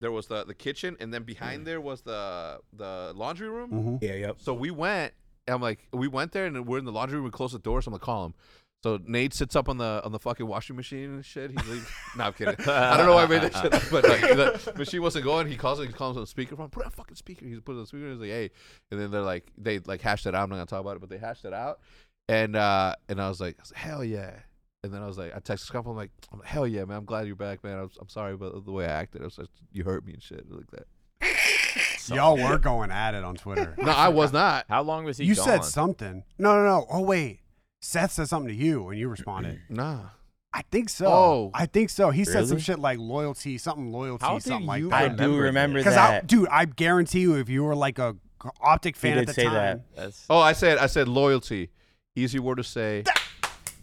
Speaker 4: there was the the kitchen, and then behind there was the the laundry room.
Speaker 3: mm-hmm.
Speaker 2: Yeah, yep.
Speaker 4: So we went. I'm like, we went there, and we're in the laundry room. We closed the door, so I'm like, call him. So Nate sits up on the on the fucking washing machine and shit. He's like, no, I'm kidding. I don't know why I made that shit up, but like, the machine wasn't going. He calls it. He calls on the speakerphone. Put it on fucking speaker. He puts it on speaker. He's like, hey, and then they're like, they like hashed it out. I'm not gonna talk about it, but they hashed it out. And uh and I was like, I was like, hell yeah. And then I was like, I texted Scump. I'm like, I'm like, hell yeah, man. I'm glad you're back, man. I'm, I'm sorry about the way I acted. I was like, you hurt me and shit like that.
Speaker 3: y'all were going at it on Twitter.
Speaker 4: No, I was not.
Speaker 1: How long was he
Speaker 3: you
Speaker 1: gone?
Speaker 3: said something. No, no, no. Oh wait, Seth said something to you, and you responded.
Speaker 4: Nah.
Speaker 3: I think so.
Speaker 4: Oh.
Speaker 3: I think so. He said some
Speaker 2: Really?
Speaker 3: shit like loyalty, something loyalty,
Speaker 1: How do
Speaker 3: something like
Speaker 1: you
Speaker 2: I
Speaker 3: that.
Speaker 2: do remember
Speaker 1: remember
Speaker 3: Because I,
Speaker 2: that.
Speaker 3: dude, I guarantee you, if you were like a g- optic fan at
Speaker 2: did
Speaker 3: the
Speaker 2: say
Speaker 3: time,
Speaker 2: that.
Speaker 1: That's
Speaker 4: Oh, I said I said loyalty. Easy word to say.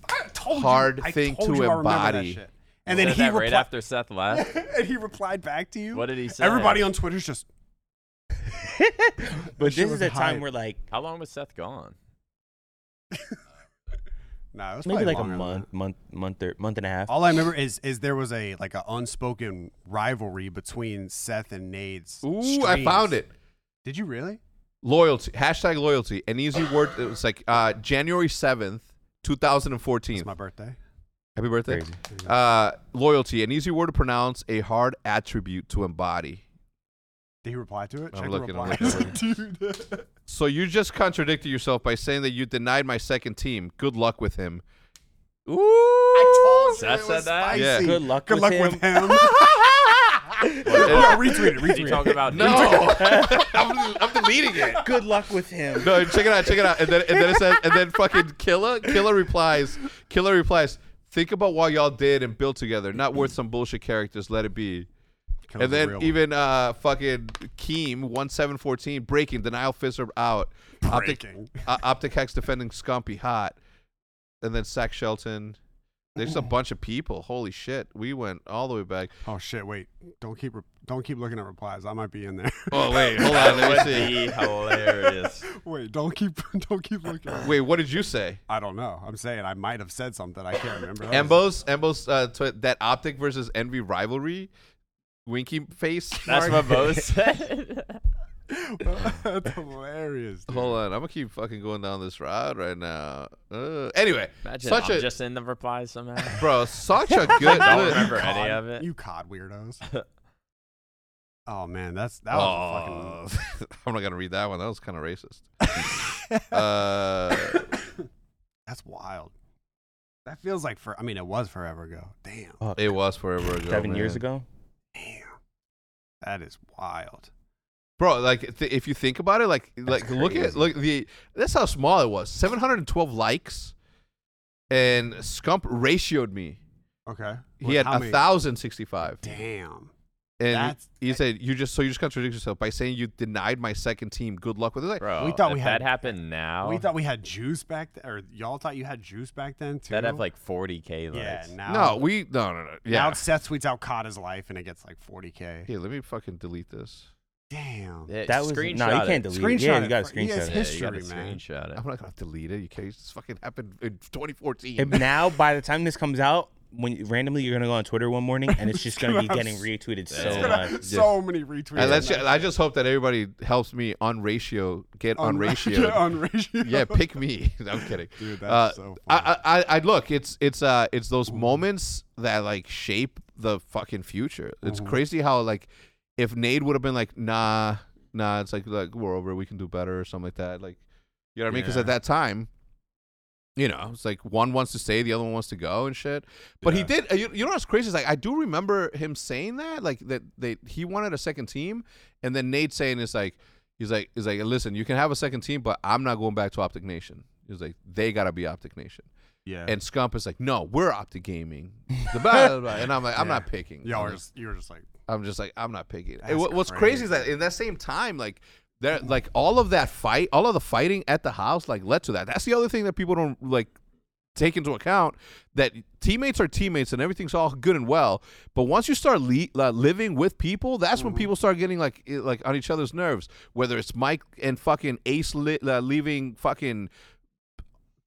Speaker 3: I told you-
Speaker 4: Hard
Speaker 3: I
Speaker 4: thing
Speaker 3: told
Speaker 4: to
Speaker 3: you I remember that
Speaker 4: embody.
Speaker 3: shit. And then
Speaker 1: said
Speaker 3: he
Speaker 1: that right
Speaker 3: replied.
Speaker 1: after Seth left.
Speaker 3: and he replied back to you.
Speaker 1: What did he say?
Speaker 3: Everybody on Twitter's just.
Speaker 2: But
Speaker 3: shit
Speaker 2: this
Speaker 3: was
Speaker 2: is a time
Speaker 3: hype.
Speaker 2: where like
Speaker 1: How long was Seth gone?
Speaker 3: Nah, it was
Speaker 2: maybe
Speaker 3: probably
Speaker 2: like a
Speaker 3: longer than
Speaker 2: month, month, month or month and a half.
Speaker 3: All I remember is is there was a like an unspoken rivalry between Seth and Nade's.
Speaker 4: Ooh, I
Speaker 3: streams.
Speaker 4: found it.
Speaker 3: Did you really?
Speaker 4: Loyalty. Hashtag loyalty. An easy word. It was like uh, January seventh, two thousand and fourteen.
Speaker 3: It's my birthday.
Speaker 4: Happy birthday. Uh, loyalty. An easy word to pronounce. A hard attribute to embody.
Speaker 3: Did he reply to it?
Speaker 4: I'm
Speaker 3: Check
Speaker 4: looking,
Speaker 3: The
Speaker 4: I'm
Speaker 3: replies. Dude.
Speaker 4: So you just contradicted yourself by saying that you denied my second team. Good luck with him. Ooh. I
Speaker 1: Seth
Speaker 3: It
Speaker 1: said
Speaker 3: was
Speaker 1: that?
Speaker 4: Yeah.
Speaker 3: spicy.
Speaker 2: Good luck
Speaker 3: Good
Speaker 2: with
Speaker 3: luck
Speaker 2: him.
Speaker 3: with him. no, retweet it.
Speaker 1: Did he
Speaker 3: Retweet
Speaker 1: talk
Speaker 3: it.
Speaker 1: about
Speaker 4: No. I'm, I'm deleting it.
Speaker 2: Good luck with him.
Speaker 4: No, check it out, check it out. And then and then it says and then fucking Killer Killer replies Killer replies, think about what y'all did and built together. Not worth some bullshit characters, let it be.
Speaker 3: Kills
Speaker 4: And
Speaker 3: the
Speaker 4: then
Speaker 3: real
Speaker 4: even uh fucking Keem, one seven fourteen, breaking, denial fizzer out. Optic
Speaker 3: Breaking.
Speaker 4: uh, Optic Hex defending Scumpy hot. And then Sack Shelton. There's a bunch of people. Holy shit. We went all the way back.
Speaker 3: Oh shit! Wait, don't keep re- don't keep looking at replies. I might be in there.
Speaker 4: Oh, wait. Hold on. Let me see.
Speaker 1: Be hilarious.
Speaker 3: wait, don't keep don't keep looking.
Speaker 4: Wait, what did you say?
Speaker 3: I don't know. I'm saying I might have said something. I can't remember. That was-
Speaker 4: Embo's, Embo's, uh, tw- that optic versus envy rivalry, winky face.
Speaker 1: That's
Speaker 4: mark.
Speaker 1: what Bo said.
Speaker 3: That's hilarious. dude.
Speaker 4: Hold on, I'm gonna keep fucking going down this route right now. Uh, anyway,
Speaker 1: Imagine
Speaker 4: such
Speaker 1: I'm
Speaker 4: a
Speaker 1: just in the replies somehow.
Speaker 4: bro, such a good.
Speaker 1: Don't
Speaker 4: look.
Speaker 1: remember
Speaker 3: Cod-
Speaker 1: any of it.
Speaker 3: You cod weirdos. oh man, that's that was a fucking.
Speaker 4: Oh, I'm not gonna read that one. That was kind of racist. uh,
Speaker 3: That's wild. That feels like for. I mean, it was forever ago. Damn.
Speaker 2: Fuck.
Speaker 4: it was forever ago.
Speaker 2: Seven years
Speaker 4: man.
Speaker 2: ago.
Speaker 3: Damn. That is wild.
Speaker 4: bro. Like, th- if you think about it, like, like look at
Speaker 2: crazy.
Speaker 4: look the. That's how small it was. 712 likes, and Scump ratioed me.
Speaker 3: Okay.
Speaker 4: He
Speaker 3: What-
Speaker 4: had
Speaker 3: how many-
Speaker 4: thousand sixty-five.
Speaker 3: Damn.
Speaker 4: And
Speaker 3: That's-
Speaker 4: he said, "You just so you just contradict yourself by saying you denied my second team. Good luck with it." Like,
Speaker 1: Bro,
Speaker 3: We thought
Speaker 1: if
Speaker 3: we had-
Speaker 1: that happened now.
Speaker 3: We thought we had juice back then, or y'all thought you had juice back then too.
Speaker 1: that'd have like 40k
Speaker 3: yeah.
Speaker 1: likes.
Speaker 3: Now,
Speaker 4: no, we no no no.
Speaker 3: now
Speaker 4: Yeah.
Speaker 3: Seth tweets out caught his life and it gets like 40k.
Speaker 4: Here, let me fucking delete this.
Speaker 3: Damn.
Speaker 1: Yeah,
Speaker 2: That was
Speaker 1: screenshot
Speaker 2: no. You can't
Speaker 1: it.
Speaker 2: delete. it. Yeah,
Speaker 3: Screenshot
Speaker 2: you got
Speaker 3: it. Yeah, it's
Speaker 2: screenshot it.
Speaker 1: Yeah, you gotta
Speaker 3: History, man.
Speaker 1: screenshot it.
Speaker 4: I'm not gonna delete it. You can't. This fucking happened in 2014.
Speaker 2: And now, by the time this comes out, when randomly you're gonna go on Twitter one morning and it's just gonna be
Speaker 3: gonna
Speaker 2: getting
Speaker 3: have
Speaker 2: retweeted
Speaker 1: It's
Speaker 2: so
Speaker 1: gonna-
Speaker 2: much.
Speaker 3: so many retweets.
Speaker 4: and let's
Speaker 3: on
Speaker 4: ju- I just hope that everybody helps me on ratio get
Speaker 3: that-
Speaker 4: on ratio.
Speaker 3: yeah, on ratio.
Speaker 4: yeah, pick me. No, I'm kidding.
Speaker 3: Dude, that's
Speaker 4: Uh,
Speaker 3: so funny.
Speaker 4: I, I, I- I look. It's it's uh it's those moments that like shape the fucking future. It's crazy how like if Nade would have been like nah nah it's like like we're over it, we can do better or something like that like you know what I mean because
Speaker 3: Yeah.
Speaker 4: at that time you know it's like one wants to stay the other one wants to go and shit but he did uh, you, you know what's crazy is like I do remember him saying that like that they he wanted a second team and then Nate saying it's like he's like he's like listen you can have a second team but I'm not going back to Optic Nation he was like they gotta be Optic Nation
Speaker 3: yeah.
Speaker 4: and Scump is like no we're Optic Gaming The blah, blah, blah. and I'm like I'm
Speaker 3: Yeah.
Speaker 4: not picking
Speaker 3: y'all
Speaker 4: I'm
Speaker 3: were
Speaker 4: like,
Speaker 3: just, you were just like,
Speaker 4: I'm just like I'm not picking.
Speaker 3: That's
Speaker 4: what, what's crazy is that
Speaker 3: crazy.
Speaker 4: in that same time, like there,
Speaker 2: Mm-hmm.
Speaker 4: like all of that fight, all of the fighting at the house, like led to that. That's the other thing that people don't like take into account that teammates are teammates and everything's all good and well. But once you start le- uh, living with people, that's
Speaker 2: Mm-hmm.
Speaker 4: when people start getting like i- like on each other's nerves. Whether it's Mike and fucking Ace li- uh, leaving fucking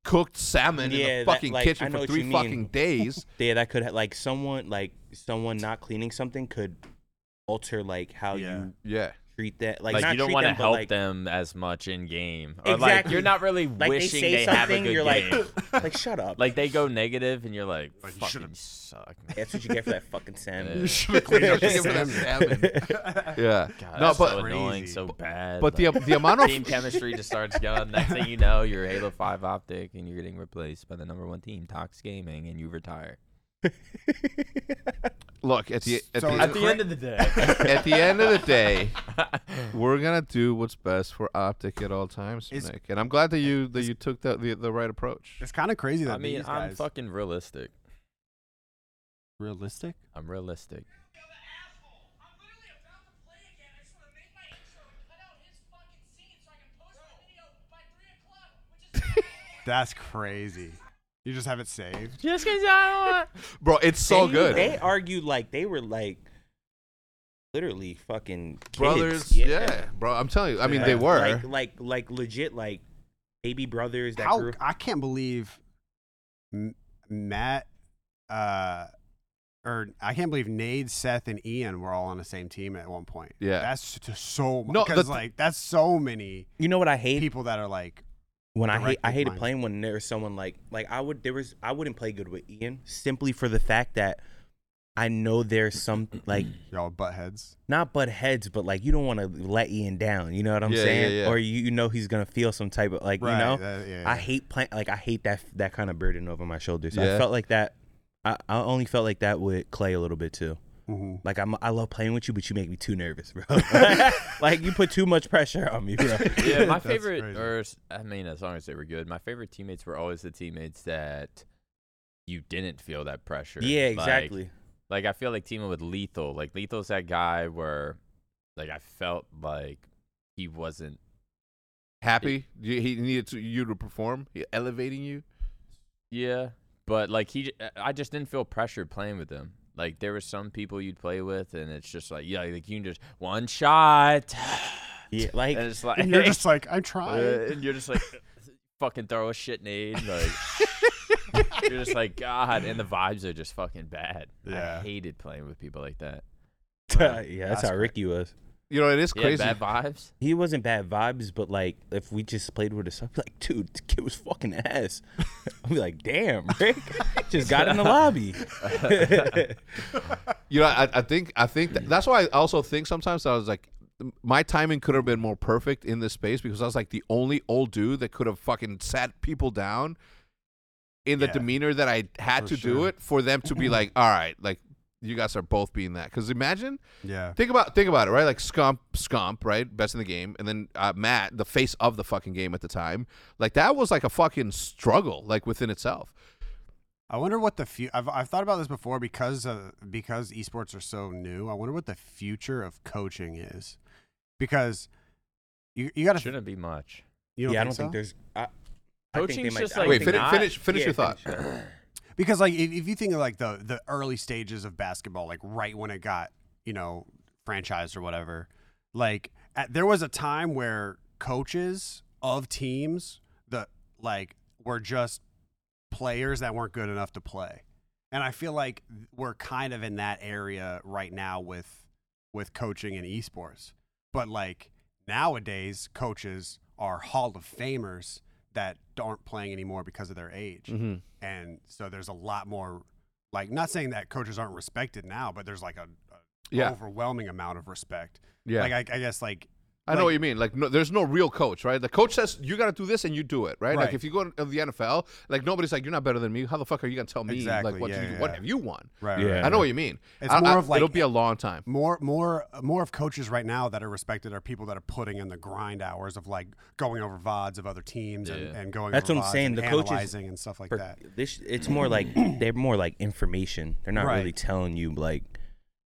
Speaker 4: cooked salmon
Speaker 2: Yeah,
Speaker 4: in the
Speaker 2: that-
Speaker 4: fucking
Speaker 2: like, I
Speaker 4: kitchen
Speaker 2: know
Speaker 4: for
Speaker 2: what
Speaker 4: three
Speaker 2: you mean.
Speaker 4: fucking days.
Speaker 2: Yeah, that could ha- like someone like someone not cleaning something could alter like how
Speaker 3: Yeah.
Speaker 2: you
Speaker 4: yeah.
Speaker 2: treat that. Like,
Speaker 1: Like,
Speaker 2: not
Speaker 1: you don't
Speaker 2: treat
Speaker 1: want to
Speaker 2: them, but,
Speaker 1: help
Speaker 2: like,
Speaker 1: them as much in game, or like
Speaker 2: Exactly.
Speaker 1: you're not really
Speaker 2: Like they
Speaker 1: wishing
Speaker 2: say
Speaker 1: have a
Speaker 2: something,
Speaker 1: good
Speaker 2: you're
Speaker 1: game.
Speaker 2: like, like shut up.
Speaker 1: like they go negative, and you're like,
Speaker 3: Like, you
Speaker 1: fucking
Speaker 3: should've-
Speaker 1: suck.
Speaker 2: that's what you get for that fucking salmon.
Speaker 1: Yeah.
Speaker 3: should have cleaned up the
Speaker 4: Thinking for that
Speaker 3: salmon."
Speaker 4: salmon. yeah.
Speaker 1: God,
Speaker 4: no,
Speaker 1: that's
Speaker 4: but
Speaker 1: so annoying,
Speaker 3: Crazy.
Speaker 1: so bad.
Speaker 4: But the
Speaker 1: like,
Speaker 4: the amount of
Speaker 1: team chemistry just starts going. Next thing you know, you're Halo Five optic, and you're getting replaced by the number one team, Tox Gaming, and you retire.
Speaker 4: look at the at,
Speaker 3: So
Speaker 4: the,
Speaker 3: At the end
Speaker 1: of the day,
Speaker 4: at the end of the day, we're gonna do what's best for Optic at all times,
Speaker 3: Is-
Speaker 4: Nick. And I'm glad that you that you took the the, the right approach.
Speaker 3: It's kind of crazy that
Speaker 1: I mean,
Speaker 3: these guys
Speaker 1: I'm fucking realistic.
Speaker 3: realistic.
Speaker 1: I'm realistic.
Speaker 3: That's crazy. You just have it saved.
Speaker 1: Just because I
Speaker 4: Bro, it's so
Speaker 2: they,
Speaker 4: good.
Speaker 2: They argued like they were like literally fucking kids.
Speaker 4: Brothers, yeah.
Speaker 2: Yeah.
Speaker 4: bro. I'm telling you. I mean,
Speaker 3: Yeah.
Speaker 4: they were.
Speaker 2: like like like legit like baby brothers that
Speaker 3: How
Speaker 2: grew.
Speaker 3: I can't believe M- Matt, uh, or I can't believe Nade, Seth, and Ian were all on the same team at one point.
Speaker 4: Yeah.
Speaker 3: that's just so
Speaker 4: No,
Speaker 3: no,
Speaker 4: the
Speaker 3: because
Speaker 4: th-
Speaker 3: like that's so many
Speaker 2: You know what I hate
Speaker 3: people that are like,
Speaker 2: when I hate I
Speaker 3: directly
Speaker 2: hated
Speaker 3: blind.
Speaker 2: playing when there was someone like like I would there was I wouldn't play good with Ian simply for the fact that I know there's some like
Speaker 3: y'all butt heads.
Speaker 2: not butt heads but like you don't want to let Ian down you know what I'm
Speaker 4: Yeah, yeah,
Speaker 2: saying
Speaker 4: yeah.
Speaker 2: or you, you know he's gonna feel some type of like
Speaker 3: Right.
Speaker 2: you know
Speaker 3: that- yeah,
Speaker 2: I hate playing like I hate that that kind of burden over my shoulders
Speaker 4: Yeah.
Speaker 2: I felt like that I, I only felt like that with Clay a little bit too
Speaker 3: Mhm.
Speaker 2: like I'm I love playing with you but you make me too nervous bro like you put too much pressure on me bro
Speaker 1: yeah, my
Speaker 3: That's
Speaker 1: favorite,
Speaker 3: crazy.
Speaker 1: or s- I mean, as long as they were good, my favorite teammates were always the teammates that you didn't feel that pressure.
Speaker 2: yeah
Speaker 1: Like-
Speaker 2: exactly
Speaker 1: Like, I feel like teaming with Lethal, like Lethal's that guy where, like, I felt like he wasn't.
Speaker 4: Happy. You, he needed to, you to perform. He elevating you.
Speaker 1: Yeah, But like he, j- uh, I just didn't feel pressured playing with them. Like there were some people you'd play with, and it's just like yeah, like you can just one shot,
Speaker 2: Yeah, like
Speaker 1: and it's like
Speaker 3: And you're just like, I'm trying.
Speaker 1: Uh, and you're just like fucking throw a shit nade like you're just like god and the vibes are just fucking bad i
Speaker 3: Yeah.
Speaker 1: hated playing with people like that
Speaker 2: yeah, that's,
Speaker 3: That's
Speaker 2: how Ricky was.
Speaker 4: You know, it is
Speaker 1: yeah
Speaker 4: crazy.
Speaker 1: bad vibes
Speaker 2: He wasn't bad vibes, but like if we just played with us, I'd be like, dude, this kid was fucking ass. I'd be like, damn, Rick, just got in the lobby.
Speaker 4: you know, I, I think I think that, that's why I also think sometimes that I was like, my timing could have been more perfect in this space because I was like the only old dude that could have fucking sat people down in the
Speaker 3: Yeah.
Speaker 4: demeanor that I had
Speaker 3: For
Speaker 4: to do
Speaker 3: sure.
Speaker 4: it for them to be like, all right, like you guys are both being that. Because imagine
Speaker 3: Yeah.
Speaker 4: Think about think about it, right? Like Scump, Scump, right? Best in the game, and then uh, Matt, the face of the fucking game at the time. Like that was like a fucking struggle, like within itself.
Speaker 3: I wonder what the future. I've, I've thought about this before because uh, because esports are so new. I wonder what the future of coaching is, because you you got to
Speaker 1: shouldn't be much
Speaker 3: you don't
Speaker 2: yeah, I don't
Speaker 3: think so?
Speaker 2: think there's. I,
Speaker 1: Coaching's just
Speaker 2: I
Speaker 1: like-
Speaker 4: Wait,
Speaker 1: think
Speaker 4: finish
Speaker 1: not.
Speaker 4: finish finish
Speaker 2: yeah,
Speaker 4: your thought.
Speaker 2: finish that.
Speaker 3: because like if, if you think of like the the early stages of basketball like right when it got you know franchised or whatever like at, there was a time where coaches of teams that like were just players that weren't good enough to play and i feel like we're kind of in that area right now with with coaching and esports but like nowadays coaches are hall of famers that aren't playing anymore because of their age
Speaker 4: Mm-hmm.
Speaker 3: and so there's a lot more like not saying that coaches aren't respected now but there's like a, a
Speaker 4: Yeah.
Speaker 3: overwhelming amount of respect
Speaker 4: Yeah,
Speaker 3: like I, I guess like
Speaker 4: I know what you mean. Like, no, there's no real coach, right? The coach says you got to do this, and you do it, right? Like
Speaker 3: Right.
Speaker 4: if you go to the NFL, like nobody's like you're not better than me. How the fuck are you gonna tell me
Speaker 3: Exactly,
Speaker 4: like what
Speaker 3: yeah,
Speaker 4: you,
Speaker 3: yeah,
Speaker 4: what
Speaker 3: yeah.
Speaker 4: have you won?
Speaker 3: right
Speaker 2: Yeah.
Speaker 3: right,
Speaker 4: I know what you mean.
Speaker 3: It's
Speaker 4: I- I-
Speaker 3: more of, like-
Speaker 4: it'll be a long time.
Speaker 3: more more more of coaches right now that are respected are people that are putting in the grind hours of like going over vods of other teams and,
Speaker 1: Yeah.
Speaker 3: and going
Speaker 2: That's
Speaker 3: over
Speaker 2: what I'm
Speaker 3: VODs
Speaker 2: saying,
Speaker 3: and
Speaker 2: the coaches
Speaker 3: analyzing and stuff like
Speaker 2: per-
Speaker 3: that
Speaker 2: This it's more like they're more like information. They're not
Speaker 3: Right.
Speaker 2: really telling you like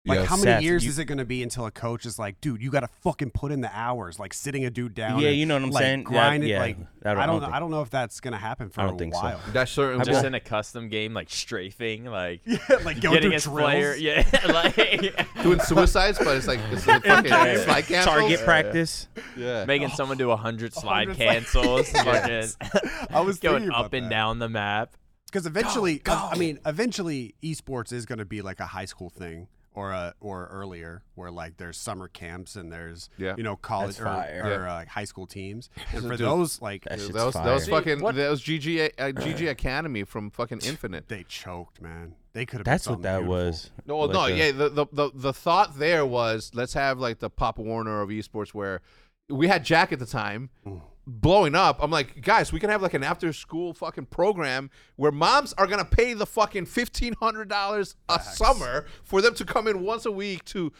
Speaker 3: like
Speaker 4: Yeah.
Speaker 3: how many
Speaker 2: Seth,
Speaker 3: years
Speaker 2: you-
Speaker 3: is it going to be until a coach is like dude you got to fucking put in the hours like sitting a dude down
Speaker 2: Yeah,
Speaker 3: and,
Speaker 2: you know what I'm
Speaker 3: like,
Speaker 2: saying? That-
Speaker 3: grind it,
Speaker 2: yeah,
Speaker 3: like
Speaker 2: that I
Speaker 3: I
Speaker 2: don't
Speaker 3: don't
Speaker 2: think-
Speaker 3: I don't know if that's going to happen for
Speaker 2: I don't
Speaker 3: a
Speaker 2: think so.
Speaker 3: while
Speaker 4: That's certain.
Speaker 1: just in a custom game like strafing like
Speaker 3: yeah like going
Speaker 1: getting
Speaker 3: through
Speaker 1: his
Speaker 3: drills
Speaker 1: player yeah like
Speaker 4: doing suicides, but it's like it's the fucking
Speaker 1: Yeah.
Speaker 4: slide cancels.
Speaker 2: target practice.
Speaker 4: Yeah.
Speaker 1: making someone do a 100 slide
Speaker 3: 100 slide-
Speaker 1: cancels
Speaker 3: Yes.
Speaker 1: fucking
Speaker 3: I was
Speaker 1: going
Speaker 3: thinking
Speaker 1: up
Speaker 3: about
Speaker 1: and
Speaker 3: that.
Speaker 1: down the map
Speaker 3: because eventually, I mean, eventually, esports is going to be like a high school thing or a or earlier, where like there's summer camps and there's
Speaker 4: Yeah.
Speaker 3: you know college
Speaker 2: That's
Speaker 3: or,
Speaker 2: fire.
Speaker 4: Yeah.
Speaker 3: or uh, high school teams, and
Speaker 4: So
Speaker 3: for
Speaker 4: dude-
Speaker 3: those like
Speaker 2: That shit's
Speaker 4: That was,
Speaker 2: fire.
Speaker 4: that was
Speaker 1: See,
Speaker 4: fucking
Speaker 1: what-
Speaker 4: that was GG uh, GG Academy from fucking Infinite.
Speaker 3: they choked, man. They could have.
Speaker 2: That's what that was.
Speaker 4: No, well,
Speaker 2: Like
Speaker 4: no,
Speaker 2: a-
Speaker 4: yeah. The, the the the thought there was let's have like the Pop Warner of esports where we had Jack at the time
Speaker 2: Mm.
Speaker 4: blowing up. I'm like, guys, we can have like an after school fucking program where moms are gonna pay the fucking fifteen hundred dollars a summer for them to come in once a week to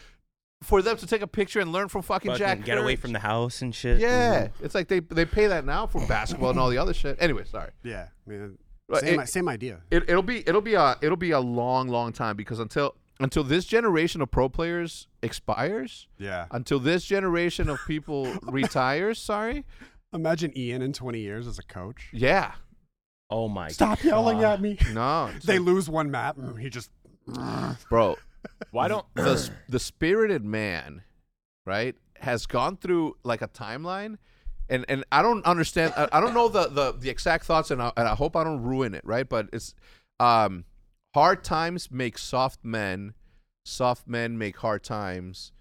Speaker 4: for them to take a picture and learn from fucking,
Speaker 2: Fucking
Speaker 4: Jack.
Speaker 2: get away
Speaker 4: Furch.
Speaker 2: from Mm-hmm. the house and shit.
Speaker 4: Yeah, it's like they they pay that now for basketball and all the other shit. Anyway, sorry.
Speaker 3: Yeah, I mean,
Speaker 4: Well,
Speaker 3: same,
Speaker 4: it-
Speaker 3: same idea.
Speaker 4: it, it'll be it'll be a it'll be a long long time because until until this generation of pro players expires
Speaker 3: Yeah,
Speaker 4: until this generation of people retires sorry
Speaker 3: imagine Ian in 20 years as a coach.
Speaker 4: yeah
Speaker 2: Oh my.
Speaker 3: Stop yelling at me.
Speaker 4: no
Speaker 3: They lose one map, and he just
Speaker 4: bro
Speaker 1: why don't
Speaker 4: the, s- the spirited man right has gone through like a timeline and and i don't understand i, I don't know the, the the exact thoughts and I, and I hope i don't ruin it right but it's um hard times make soft men soft men make hard times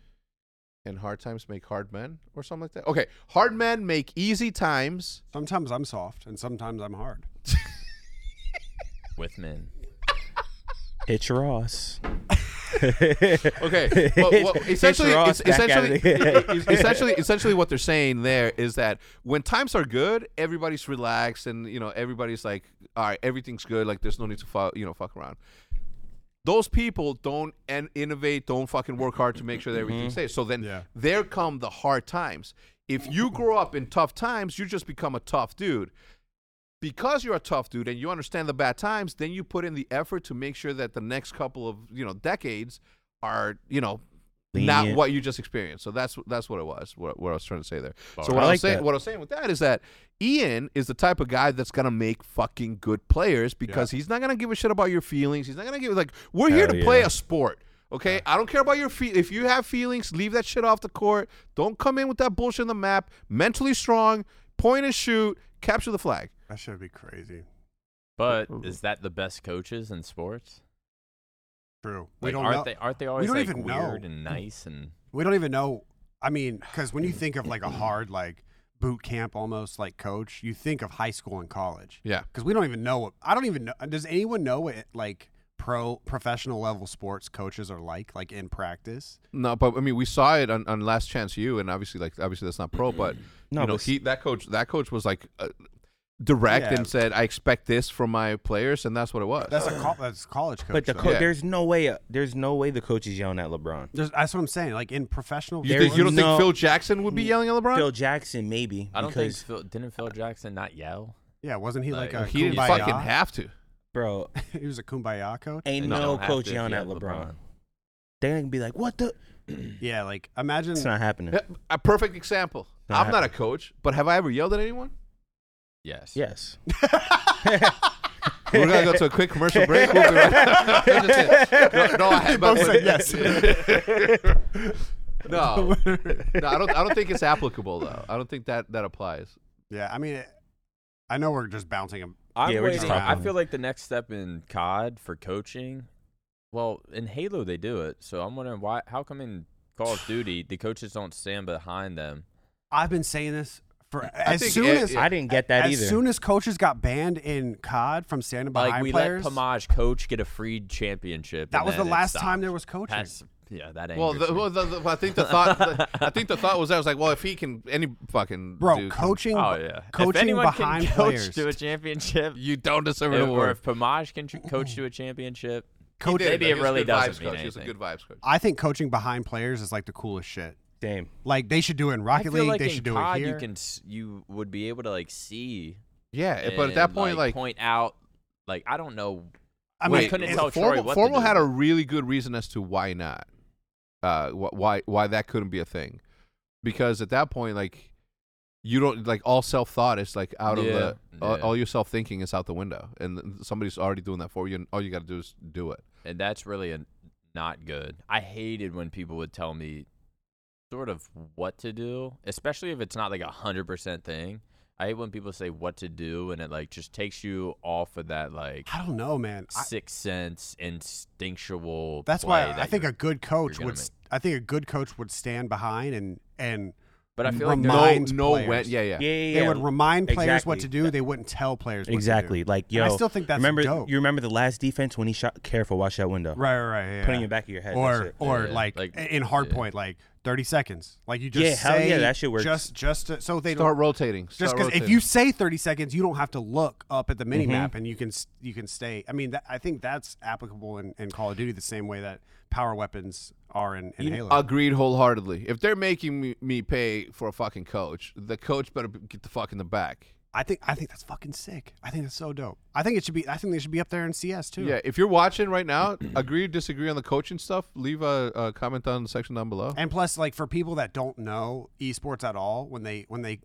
Speaker 4: and hard times make hard men or something like that okay hard men make easy times
Speaker 3: sometimes I'm soft and sometimes I'm hard.
Speaker 1: with men
Speaker 2: It's Ross.
Speaker 4: Okay, well, well,
Speaker 2: It's
Speaker 4: essentially,
Speaker 2: Ross
Speaker 4: it's,
Speaker 2: back at
Speaker 4: essentially,
Speaker 2: it.
Speaker 4: it's essentially, essentially, what they're saying there is that when times are good, everybody's relaxed, and you know, everybody's like, all right, everything's good. Like, there's no need to fuck, you know, fuck around. Those people don't and innovate, don't fucking work hard to make sure that everything stays. So then,
Speaker 3: Yeah.
Speaker 4: there come the hard times. If you grow up in tough times, you just become a tough dude because you're a tough dude and you understand the bad times, then you put in the effort to make sure that the next couple of you know decades are you know not
Speaker 2: Lenient.
Speaker 4: what you just experienced. So that's that's what it was. What, what I was trying to say there. So
Speaker 1: Bar.
Speaker 2: I
Speaker 4: what I,
Speaker 2: like
Speaker 4: was saying,
Speaker 2: that.
Speaker 4: what I was saying with that is that Ian is the type of guy that's gonna make fucking good players because he's not gonna give a shit about your feelings. He's not gonna give like we're here
Speaker 2: Hell
Speaker 4: to play
Speaker 2: yeah.
Speaker 4: a sport. Okay, I don't care about your feet. If you have feelings, leave that shit off the court. Don't come in with that bullshit on the map. Mentally strong, point and shoot, capture the flag.
Speaker 3: That should be crazy.
Speaker 1: But is that the best coaches in sports?
Speaker 3: True.
Speaker 1: Like,
Speaker 3: we don't
Speaker 1: aren't
Speaker 3: know.
Speaker 1: they aren't they always
Speaker 3: don't
Speaker 1: like
Speaker 3: even know.
Speaker 1: weird and nice and
Speaker 3: we don't even know. I mean, because when you think of like a hard like boot camp almost like coach, you think of high school and college.
Speaker 4: Yeah.
Speaker 3: Because we don't even know. What, I don't even know. Does anyone know what like pro professional level sports coaches are like like in practice?
Speaker 4: No, but I mean, we saw it on, on Last Chance U, and obviously, like, obviously that's not pro, but
Speaker 2: No,
Speaker 4: you know,
Speaker 2: but s-
Speaker 4: he that coach that coach was like uh, direct
Speaker 3: Yeah.
Speaker 4: and said, "I expect this from my players," and that's what it was.
Speaker 3: That's a col- that's college coach.
Speaker 2: But the
Speaker 3: though.
Speaker 2: co-
Speaker 4: Yeah.
Speaker 2: there's no way uh, there's no way the coach is yelling at LeBron.
Speaker 3: There's, that's what I'm saying. Like in professional,
Speaker 4: you,
Speaker 2: There's
Speaker 4: think, you
Speaker 3: sports-
Speaker 4: don't
Speaker 2: no-
Speaker 4: think Phil Jackson would be yelling at LeBron?
Speaker 2: Phil Jackson maybe
Speaker 1: I don't think
Speaker 2: because
Speaker 1: Phil, didn't Phil Jackson not yell?
Speaker 3: yeah, wasn't he like,
Speaker 1: Like,
Speaker 3: a
Speaker 4: he didn't
Speaker 3: kumbaya?
Speaker 4: fucking have to.
Speaker 2: bro
Speaker 3: he was a kumbaya coach.
Speaker 1: And
Speaker 2: ain't
Speaker 1: you
Speaker 2: no
Speaker 1: don't have
Speaker 2: coach
Speaker 1: to if
Speaker 2: yelling
Speaker 1: you
Speaker 2: at
Speaker 1: have
Speaker 2: LeBron.
Speaker 1: LeBron.
Speaker 2: They ain't be like what the
Speaker 3: Yeah, like imagine.
Speaker 2: It's not happening.
Speaker 4: Yeah, A perfect example.
Speaker 2: Not
Speaker 4: I'm not a coach, but have I ever yelled at anyone?
Speaker 1: Yes.
Speaker 2: Yes.
Speaker 4: We're gonna go to a quick commercial break. We'll be right back. I'm just kidding. no, no, I have,
Speaker 3: both said yes.
Speaker 4: Oh. no, no, I don't. I don't think it's applicable though. I don't think that that applies.
Speaker 3: yeah, I mean, it, I know we're just bouncing him.
Speaker 1: I'm
Speaker 2: Yeah, we're just
Speaker 1: waiting. I
Speaker 2: talking.
Speaker 1: feel like the next step in COD for coaching. Well, in Halo they do it, so I'm wondering why. How come in Call of Duty the coaches don't stand behind them?
Speaker 3: I've been saying this for as
Speaker 4: think
Speaker 3: soon
Speaker 4: it-
Speaker 3: as
Speaker 4: it-
Speaker 2: I didn't get that
Speaker 3: as
Speaker 2: either.
Speaker 3: soon as coaches got banned in COD from standing behind
Speaker 1: like we
Speaker 3: players.
Speaker 1: let Pamaj coach get a free championship.
Speaker 3: that
Speaker 1: and
Speaker 3: was the
Speaker 1: then it
Speaker 3: last
Speaker 1: stopped.
Speaker 3: time there was coaching.
Speaker 1: That's- yeah, that
Speaker 4: Well,
Speaker 1: angers
Speaker 4: the,
Speaker 1: me.
Speaker 4: well the, the, I think the thought, I think the thought was that was like, well, if he can, any fucking
Speaker 3: Bro,
Speaker 4: dude can-
Speaker 3: coaching.
Speaker 1: oh yeah, if
Speaker 3: Coaching
Speaker 1: anyone
Speaker 3: behind
Speaker 1: can coach
Speaker 3: players.
Speaker 1: to a championship,
Speaker 4: you don't deserve an
Speaker 1: if- or
Speaker 4: award.
Speaker 1: if Pamaj can tr- coach to a championship,
Speaker 4: He
Speaker 3: coach-
Speaker 4: did,
Speaker 1: maybe
Speaker 4: though.
Speaker 1: it
Speaker 4: He was a
Speaker 1: really
Speaker 4: good vibes
Speaker 1: doesn't mean
Speaker 4: coach. He was a good vibes coach.
Speaker 3: I think coaching behind players is like the coolest shit.
Speaker 2: Damn.
Speaker 3: Like they should do it in
Speaker 1: I
Speaker 3: Rocket
Speaker 1: feel
Speaker 3: League.
Speaker 1: like
Speaker 3: they
Speaker 1: in
Speaker 3: should do
Speaker 1: COD
Speaker 3: it here.
Speaker 1: you can s- you would be able to like see
Speaker 4: Yeah, but at that
Speaker 1: and,
Speaker 4: point, like,
Speaker 1: point out like I don't know.
Speaker 3: I
Speaker 1: Wait,
Speaker 3: mean,
Speaker 1: couldn't
Speaker 3: it-
Speaker 1: tell Troy
Speaker 4: formal,
Speaker 1: what to
Speaker 4: formal
Speaker 1: do.
Speaker 4: had a really good reason as to why not, uh, wh- why why that couldn't be a thing, because at that point, like, you don't like all self thought is like out
Speaker 1: Yeah,
Speaker 4: of the all-
Speaker 1: yeah.
Speaker 4: all your self thinking is out the window, and th- somebody's already doing that for you, and all you got to do is do it.
Speaker 1: and that's really a, not good. I hated when people would tell me sort of what to do, especially if it's not like a hundred percent thing. I hate when people say what to do, and it like just takes you off of that like
Speaker 3: I don't know, man. I,
Speaker 1: sixth sense instinctual.
Speaker 3: that's
Speaker 1: play
Speaker 3: why I
Speaker 1: that
Speaker 3: think
Speaker 1: you're-
Speaker 3: a good coach
Speaker 1: gonna
Speaker 3: would.
Speaker 1: make.
Speaker 3: s- I think a good coach would stand behind and and
Speaker 1: but I feel like
Speaker 4: No,
Speaker 1: there's-
Speaker 3: Mind
Speaker 4: no,
Speaker 3: players.
Speaker 4: when, yeah,
Speaker 2: Yeah,
Speaker 4: yeah,
Speaker 2: yeah, yeah.
Speaker 3: they would remind players what
Speaker 2: Exactly.
Speaker 3: to do. They wouldn't tell players what to do.
Speaker 2: Exactly. Like yo.
Speaker 3: And I still think that's
Speaker 2: remember
Speaker 3: dope.
Speaker 2: you remember the last defense when he shot careful watch that window.
Speaker 3: Right, right, right. Yeah.
Speaker 2: Putting it back of your head. and that
Speaker 3: or
Speaker 2: shit.
Speaker 3: or
Speaker 1: Yeah,
Speaker 3: like,
Speaker 1: like-
Speaker 3: in hardpoint, like thirty seconds. Like you just
Speaker 2: Yeah, hell
Speaker 3: say
Speaker 2: yeah, that shit works.
Speaker 3: Just just to, so they
Speaker 4: Start
Speaker 3: don't
Speaker 4: rotating.
Speaker 3: just
Speaker 4: because
Speaker 3: because if you say thirty seconds, you don't have to look up at the mini map
Speaker 2: Mm-hmm.
Speaker 3: and you can s- you can stay. I mean, that, I think that's applicable in, in Call of Duty the same way that power weapons are in, in Halo.
Speaker 4: Agreed wholeheartedly. If they're making me, me pay for a fucking coach, the coach better b- get the fuck in the back.
Speaker 3: I think I think that's fucking sick. I think that's so dope. I think it should be. I think they should be up there in CS too.
Speaker 4: Yeah, if you're watching right now, agree or disagree on the coaching stuff, leave a, a comment down in the section down below.
Speaker 3: And plus, like for people that don't know esports at all, when they when they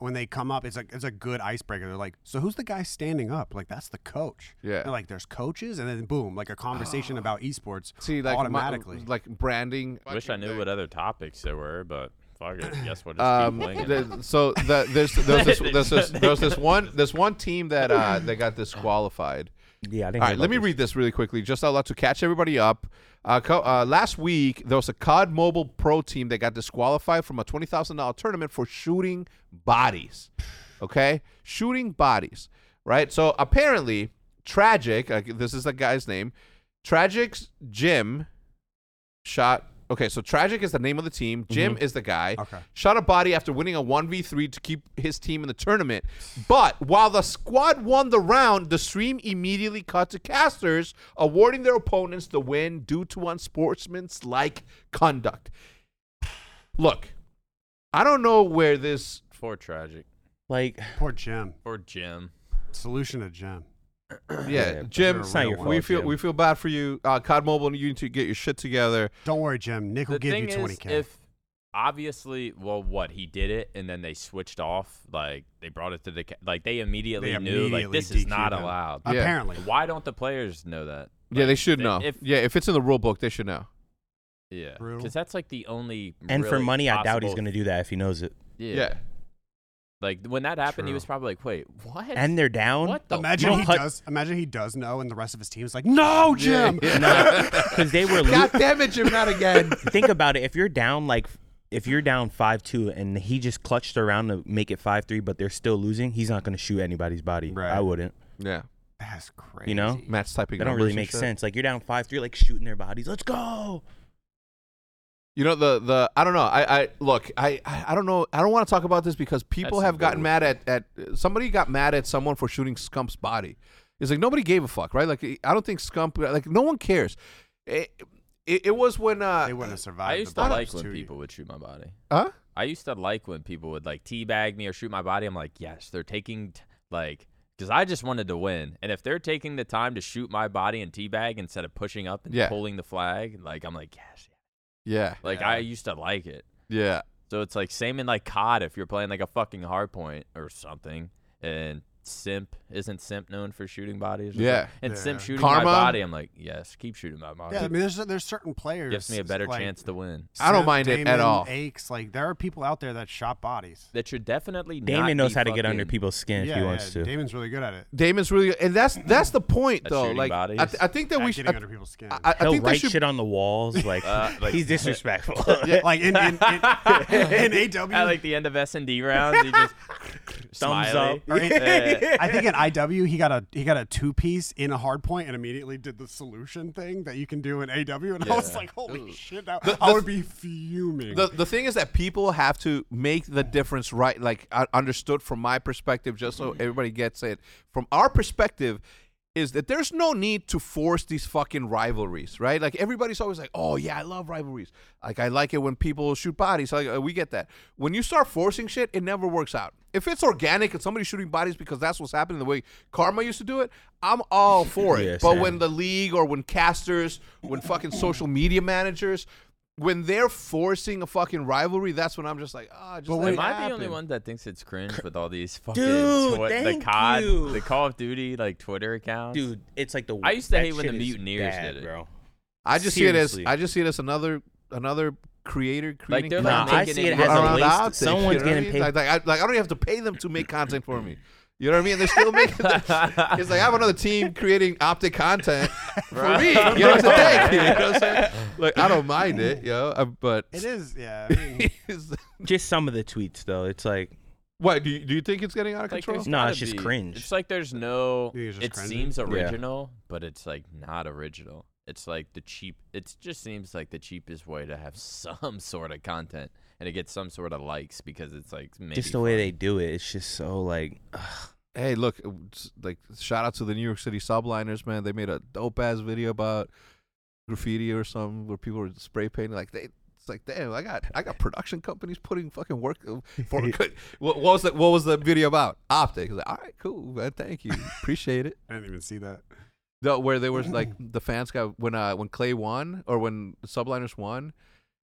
Speaker 3: when they come up, it's like it's a good icebreaker. They're like, so who's the guy standing up? Like that's the coach.
Speaker 4: Yeah. Ah.
Speaker 3: And like there's coaches, and then boom, like a conversation about esports.
Speaker 4: See, like my-
Speaker 3: automatically.
Speaker 4: like branding.
Speaker 1: I wish I knew what other topics there were, but fuck it. Guess what?
Speaker 4: Um, the- so the, there's there's this, there's this there's this one there's one team that uh, that got disqualified.
Speaker 2: yeah, I didn't
Speaker 4: All
Speaker 2: hear
Speaker 4: right, let
Speaker 2: about
Speaker 4: me
Speaker 2: this.
Speaker 4: read this really quickly, just out loud to catch everybody up. Uh, co- uh, last week, there was a COD Mobile Pro team that got disqualified from a twenty thousand dollar tournament for shooting bodies. Okay, shooting bodies. Right. So apparently, Tragic. Uh, this is the guy's name. Tragic's Jim shot. Okay, so Tragic is the name of the team. Jim
Speaker 2: Mm-hmm.
Speaker 4: is the guy.
Speaker 3: Okay.
Speaker 4: Shot a body after winning a 1v3 to keep his team in the tournament. But while the squad won the round, the stream immediately cut to casters, awarding their opponents the win due to unsportsmanlike conduct. Look, I don't know where this.
Speaker 1: for tragic
Speaker 2: like
Speaker 3: Poor Jim.
Speaker 1: for Jim.
Speaker 3: Solution to Jim.
Speaker 4: yeah,
Speaker 2: Yeah,
Speaker 4: Jim,
Speaker 2: it's not your fault.
Speaker 4: we feel
Speaker 2: Jim.
Speaker 4: we feel bad for you. Uh, COD Mobile, you need to get your shit together.
Speaker 3: Don't worry, Jim. Nick will
Speaker 1: the
Speaker 3: give you
Speaker 1: thing
Speaker 3: twenty
Speaker 1: is,
Speaker 3: k.
Speaker 1: if obviously, well, what he did it, and then they switched off. Like they brought it to the ca- like they immediately
Speaker 3: They
Speaker 1: knew like
Speaker 3: immediately
Speaker 1: this is not
Speaker 3: DQ'd him.
Speaker 1: allowed.
Speaker 4: Yeah.
Speaker 3: Apparently,
Speaker 1: Why don't the players know that?
Speaker 4: yeah,
Speaker 1: Like,
Speaker 4: they should know.
Speaker 1: If
Speaker 4: yeah, if it's in the rule book, they should know.
Speaker 1: yeah,
Speaker 3: Brutal.
Speaker 1: because that's like the only
Speaker 2: And for
Speaker 1: really
Speaker 2: money, I doubt he's
Speaker 1: possible-
Speaker 2: gonna do that if he knows it.
Speaker 1: Yeah.
Speaker 4: Yeah,
Speaker 1: like when that happened, he
Speaker 3: True.
Speaker 1: was probably like, "Wait, what?
Speaker 2: And they're down.
Speaker 1: what the
Speaker 3: imagine
Speaker 2: You
Speaker 3: he
Speaker 2: don't cut-
Speaker 3: does. Imagine he does know, and the rest of his team's like, "No, Jim."
Speaker 4: Yeah.
Speaker 2: Because they were. Lo-
Speaker 4: God damn it, Jim, not again.
Speaker 2: think about it. If you're down like, if you're down five two, and he just clutched around to make it five three, but they're still losing, he's not gonna shoot anybody's body.
Speaker 3: Right.
Speaker 2: I wouldn't.
Speaker 4: yeah,
Speaker 3: That's crazy.
Speaker 2: You know?
Speaker 4: Matt's typing.
Speaker 2: That don't
Speaker 4: numbers
Speaker 2: really
Speaker 4: and
Speaker 2: make
Speaker 4: shit.
Speaker 2: sense. Like you're down five three, like shooting their bodies. Let's go.
Speaker 4: You know the the I don't know. I I look. I I I don't know. I don't want to talk about this because people
Speaker 1: That's
Speaker 4: have gotten
Speaker 1: rude.
Speaker 4: mad at at somebody got mad at someone for shooting Scump's body. It's like nobody gave a fuck, right? Like I don't think Scump like no one cares. It, it, it was when uh
Speaker 3: They wouldn't have survived.
Speaker 1: I
Speaker 3: the
Speaker 1: used to
Speaker 3: Bucks
Speaker 1: like when
Speaker 3: two
Speaker 1: people would shoot my body.
Speaker 4: huh?
Speaker 1: I used to like when people would like teabag me or shoot my body. I'm like, yes, they're taking t- like because I just wanted to win. And if they're taking the time to shoot my body and teabag instead of pushing up and
Speaker 4: Yeah.
Speaker 1: pulling the flag, like I'm like, yes,
Speaker 4: Yeah,
Speaker 1: like
Speaker 3: Yeah.
Speaker 1: I used to like it.
Speaker 4: yeah.
Speaker 1: So it's like same in like COD if you're playing like a fucking hard point or something and simp isn't simp known for shooting bodies or
Speaker 4: Yeah.
Speaker 1: something? and simp
Speaker 3: Yeah.
Speaker 1: shooting
Speaker 4: Karma?
Speaker 1: my body i'm like yes keep shooting my body
Speaker 3: Yeah, I mean, there's there's certain players
Speaker 1: gives me a better
Speaker 3: like,
Speaker 1: chance to win
Speaker 4: I don't
Speaker 3: Sip,
Speaker 4: mind it at
Speaker 3: Damon,
Speaker 4: all.
Speaker 3: Aches like there are people out there that shot bodies.
Speaker 1: that should definitely not
Speaker 2: Damon knows
Speaker 1: be
Speaker 2: how to get under
Speaker 1: fucking-
Speaker 2: people's skin if
Speaker 3: yeah,
Speaker 2: he wants
Speaker 3: yeah,
Speaker 2: to.
Speaker 3: Damon's really good at it.
Speaker 4: Damon's really, and that's that's the point
Speaker 1: At
Speaker 4: though.
Speaker 1: shooting
Speaker 4: Like I,
Speaker 1: bodies?
Speaker 4: th- I think that
Speaker 3: At
Speaker 4: we should.
Speaker 3: getting
Speaker 4: I,
Speaker 3: under people's skin.
Speaker 4: I, I
Speaker 2: He'll
Speaker 4: think they
Speaker 2: write
Speaker 4: should.
Speaker 2: shit on the walls. Like,
Speaker 1: Uh, like-
Speaker 2: he's disrespectful.
Speaker 3: like in in, in, in AW.
Speaker 1: at like the end of S and D rounds, he just
Speaker 2: Thumbs
Speaker 1: smiley.
Speaker 2: up.
Speaker 3: or in-
Speaker 1: Yeah.
Speaker 3: I think in IW he got a he got a two piece in a hard point and immediately did the solution thing that you can do in AW and I was like holy shit that, I would be fuming.
Speaker 4: The, the thing is that people have to make the difference right, like uh, understood from my perspective, just so everybody gets it. From our perspective, is that there's no need to force these fucking rivalries, right? Like everybody's always like, "Oh yeah, I love rivalries. Like I like it when people shoot bodies. Like uh, we get that. When you start forcing shit, it never works out. If it's organic and somebody's shooting bodies because that's what's happening, the way Karma used to do it, I'm all for it.
Speaker 2: Yeah,
Speaker 4: but
Speaker 2: same.
Speaker 4: when the league or when casters, when fucking social media managers, when they're forcing a fucking rivalry, that's when I'm just like, ah, just
Speaker 3: But
Speaker 4: let
Speaker 3: wait-
Speaker 4: it
Speaker 1: Am I
Speaker 4: happen.
Speaker 1: the only one that thinks it's cringe with all these fucking
Speaker 2: Dude,
Speaker 1: twi-
Speaker 2: thank
Speaker 1: the COD,
Speaker 2: you.
Speaker 1: the Call of Duty like Twitter accounts?
Speaker 2: Dude, it's like the.
Speaker 1: I used to
Speaker 2: that
Speaker 1: hate when
Speaker 2: shit
Speaker 1: the
Speaker 2: is
Speaker 1: Mutineers
Speaker 2: bad,
Speaker 1: did it.
Speaker 2: bro.
Speaker 4: I just see
Speaker 2: Seriously.
Speaker 4: it as I just see it as another another creator creating
Speaker 1: they're,
Speaker 2: Nah,
Speaker 1: like,
Speaker 4: content
Speaker 2: I
Speaker 1: making
Speaker 2: see
Speaker 1: it
Speaker 2: it as
Speaker 1: around
Speaker 2: a
Speaker 4: around out
Speaker 2: waste.
Speaker 4: there, you know
Speaker 2: Someone's
Speaker 4: what I
Speaker 2: getting
Speaker 4: mean?
Speaker 2: paid.
Speaker 4: Like, like, I, like I don't even have to pay them to make content for me. You know what I mean? They're still making. it's like I have another team creating optic content for me. You know what I'm saying? You know what I'm saying? Like I don't mind it, you know. uh, But
Speaker 3: it is yeah. I mean,
Speaker 2: Just some of the tweets though. It's like
Speaker 4: what do you, do you think it's getting out of
Speaker 1: Like,
Speaker 4: control?
Speaker 1: there's
Speaker 2: No,
Speaker 1: gotta
Speaker 2: it's just
Speaker 1: be-
Speaker 2: cringe.
Speaker 1: It's like there's no.
Speaker 3: You think it's
Speaker 1: It
Speaker 3: just cringy?
Speaker 1: seems
Speaker 3: Yeah.
Speaker 1: original, but it's like not original. It's like the cheap. It just seems like the cheapest way to have some sort of content and to get some sort of likes because it's like maybe
Speaker 2: just the way they do it. It's just so like.
Speaker 4: hey, look, it's like shout out to the New York City subliners, man. They made a dope ass video about graffiti or something where people were spray painting. Like they, it's like damn, I got I got production companies putting fucking work uh, for. what, what was the What was the video about? Optics. Like, all right, cool, man. Thank you, appreciate it.
Speaker 3: I didn't even see that.
Speaker 4: Oh, No, where they were like the fans got when uh when Clay won or when the subliners won,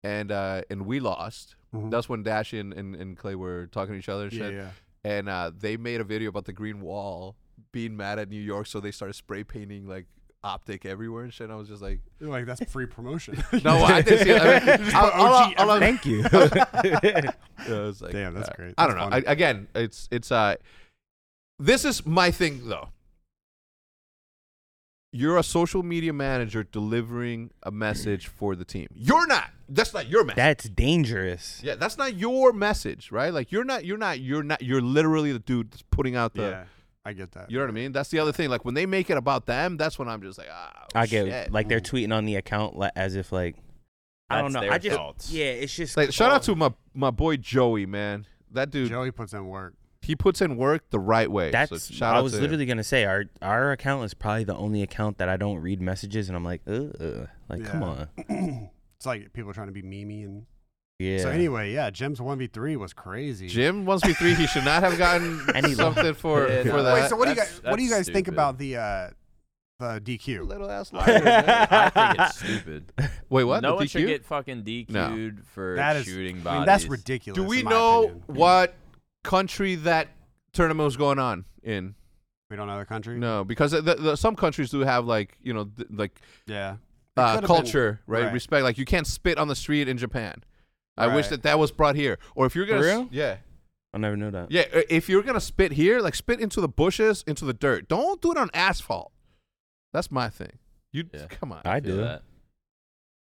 Speaker 4: and uh and we lost.
Speaker 3: Mhm.
Speaker 4: That's when Dash and, and, and Clay were talking to each other and
Speaker 3: Yeah,
Speaker 4: shit
Speaker 3: yeah.
Speaker 4: and uh, they made a video about the Green Wall being mad at New York, so they started spray painting like optic everywhere and shit. And I was just like,
Speaker 3: You're like that's free promotion.
Speaker 4: no, I didn't see it. I, mean, all- all-
Speaker 3: OG
Speaker 4: all- all-
Speaker 2: Thank you.
Speaker 4: I was like,
Speaker 3: Damn, that's
Speaker 4: uh,
Speaker 3: great.
Speaker 4: I
Speaker 3: That's
Speaker 4: don't know. I,
Speaker 3: funny.
Speaker 4: again, it's it's uh, this is my thing though. You're a social media manager delivering a message for the team. You're not. That's not your message.
Speaker 2: That's dangerous.
Speaker 4: yeah, that's not your message, right? Like you're not. You're not. You're not. You're literally the dude that's putting out the.
Speaker 3: yeah, I get that.
Speaker 4: You know what I mean? That's the other thing. Like when they make it about them, that's when I'm just like, ah,
Speaker 2: I get
Speaker 4: shit.
Speaker 2: like they're tweeting on the account like, as if like I don't
Speaker 1: That's
Speaker 2: know.
Speaker 1: their
Speaker 2: I just
Speaker 1: fault.
Speaker 2: yeah. It's just
Speaker 4: like shout
Speaker 2: um,
Speaker 4: out to my my boy Joey, man. That dude,
Speaker 3: Joey puts in work.
Speaker 4: he puts in work the right way.
Speaker 2: That's
Speaker 4: so shout
Speaker 2: I
Speaker 4: out
Speaker 2: was
Speaker 4: to him.
Speaker 2: literally gonna say our our account is probably the only account that I don't read messages and I'm like ugh, like come
Speaker 3: Yeah.
Speaker 2: on
Speaker 3: it's like people are trying to be memey and
Speaker 2: Yeah.
Speaker 3: So anyway, yeah, Jim's one v three was crazy.
Speaker 4: Jim wants me three. He should not have gotten
Speaker 2: And he lost.
Speaker 4: something for
Speaker 1: Yeah,
Speaker 4: for
Speaker 1: no.
Speaker 4: that.
Speaker 3: Wait, so what do you guys
Speaker 1: That's-
Speaker 3: what do you
Speaker 1: that's
Speaker 3: guys think
Speaker 1: stupid.
Speaker 3: about the uh, the DQ?
Speaker 4: little ass
Speaker 1: I don't know.
Speaker 4: liar.
Speaker 1: I think it's stupid.
Speaker 4: Wait, what?
Speaker 1: No
Speaker 4: The
Speaker 1: one should
Speaker 4: DQ?
Speaker 1: get fucking DQ'd for
Speaker 3: That is
Speaker 1: shooting
Speaker 3: I
Speaker 1: bodies.
Speaker 3: mean, that's ridiculous.
Speaker 4: Do we
Speaker 3: in my
Speaker 4: know
Speaker 3: opinion.
Speaker 4: what country that tournament was going on in?
Speaker 3: We don't know the country.
Speaker 4: No, because the, the, some countries do have like you know th- like
Speaker 3: Yeah. It
Speaker 4: uh,
Speaker 3: could've been-
Speaker 4: culture, right?
Speaker 3: right.
Speaker 4: Respect. Like you can't spit on the street in Japan. I wish
Speaker 3: Right.
Speaker 4: that that was brought here. Or if you're
Speaker 2: For
Speaker 4: gonna, s-
Speaker 2: real?
Speaker 4: yeah,
Speaker 2: I never knew that.
Speaker 4: yeah. i- If you're gonna spit here, like spit into the bushes, into the dirt. Don't do it on asphalt. That's my thing. You
Speaker 1: Yeah.
Speaker 4: come on.
Speaker 2: I do.
Speaker 1: That.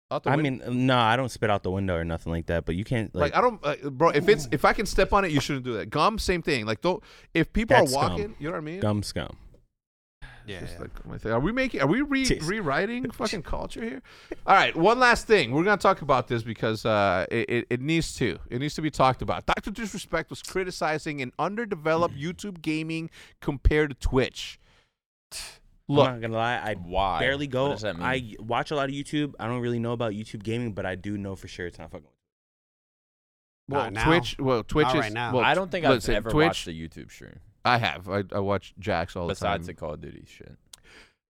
Speaker 4: Out the
Speaker 2: I
Speaker 4: win-
Speaker 2: mean, no, I don't spit out the window or nothing like that. But you can't like,
Speaker 4: like, I don't, uh, bro. If it's if I can step on it, you shouldn't do that. Gum, same thing. Like don't. If people
Speaker 2: That's
Speaker 4: are
Speaker 2: scum.
Speaker 4: walking, you know what I mean.
Speaker 2: gum scum.
Speaker 3: Yeah.
Speaker 4: Just
Speaker 3: yeah.
Speaker 4: like my thing. Are we making? Are we re-
Speaker 2: Jeez.
Speaker 4: rewriting fucking culture here? All right. One last thing. We're gonna talk about this because uh, it, it it needs to. It needs to be talked about. Doctor Disrespect was criticizing an underdeveloped YouTube gaming compared to Twitch.
Speaker 2: I'm
Speaker 4: Look,
Speaker 2: not gonna lie, I
Speaker 1: Why?
Speaker 2: barely go.
Speaker 1: What does that mean?
Speaker 2: I watch a lot of YouTube. I don't really know about YouTube gaming, but I do know for sure it's not fucking.
Speaker 4: well,
Speaker 3: Not now.
Speaker 4: Twitch. Well, Twitch
Speaker 3: Not
Speaker 4: is.
Speaker 3: right now.
Speaker 4: Well,
Speaker 1: I don't think
Speaker 4: listen,
Speaker 1: I've ever
Speaker 4: Twitch,
Speaker 1: watched a YouTube stream
Speaker 4: I have. I, I watch Jax all
Speaker 1: besides
Speaker 4: the
Speaker 1: the
Speaker 4: time.
Speaker 1: Call of Duty shit.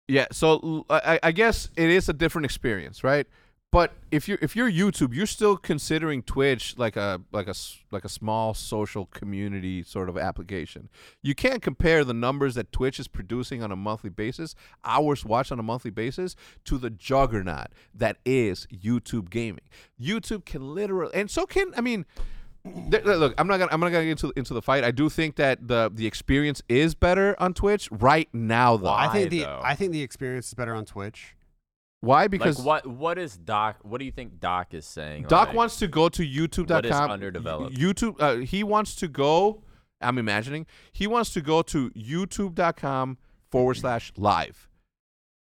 Speaker 4: yeah. So I, I- I guess it is a different experience, right? But if you if you're YouTube, you're still considering Twitch like a like a s- like a small social community sort of application. You can't compare the numbers that Twitch is producing on a monthly basis, hours watched on a monthly basis, to the juggernaut that is YouTube gaming. YouTube can literally, and so can I mean. th- th- Look, I'm not gonna I'm not gonna get into into the fight. I do think that the the experience is better on Twitch right now, though.
Speaker 3: I think
Speaker 1: Why,
Speaker 3: the
Speaker 1: though?
Speaker 3: I think the experience is better on Twitch.
Speaker 4: Why? Because
Speaker 1: like what what is Doc? What do you think Doc is saying?
Speaker 4: Doc
Speaker 1: like,
Speaker 4: wants to go to YouTube.com.
Speaker 1: What is underdeveloped?
Speaker 4: YouTube. Uh, he wants to go. I'm imagining he wants to go to YouTube.com forward slash live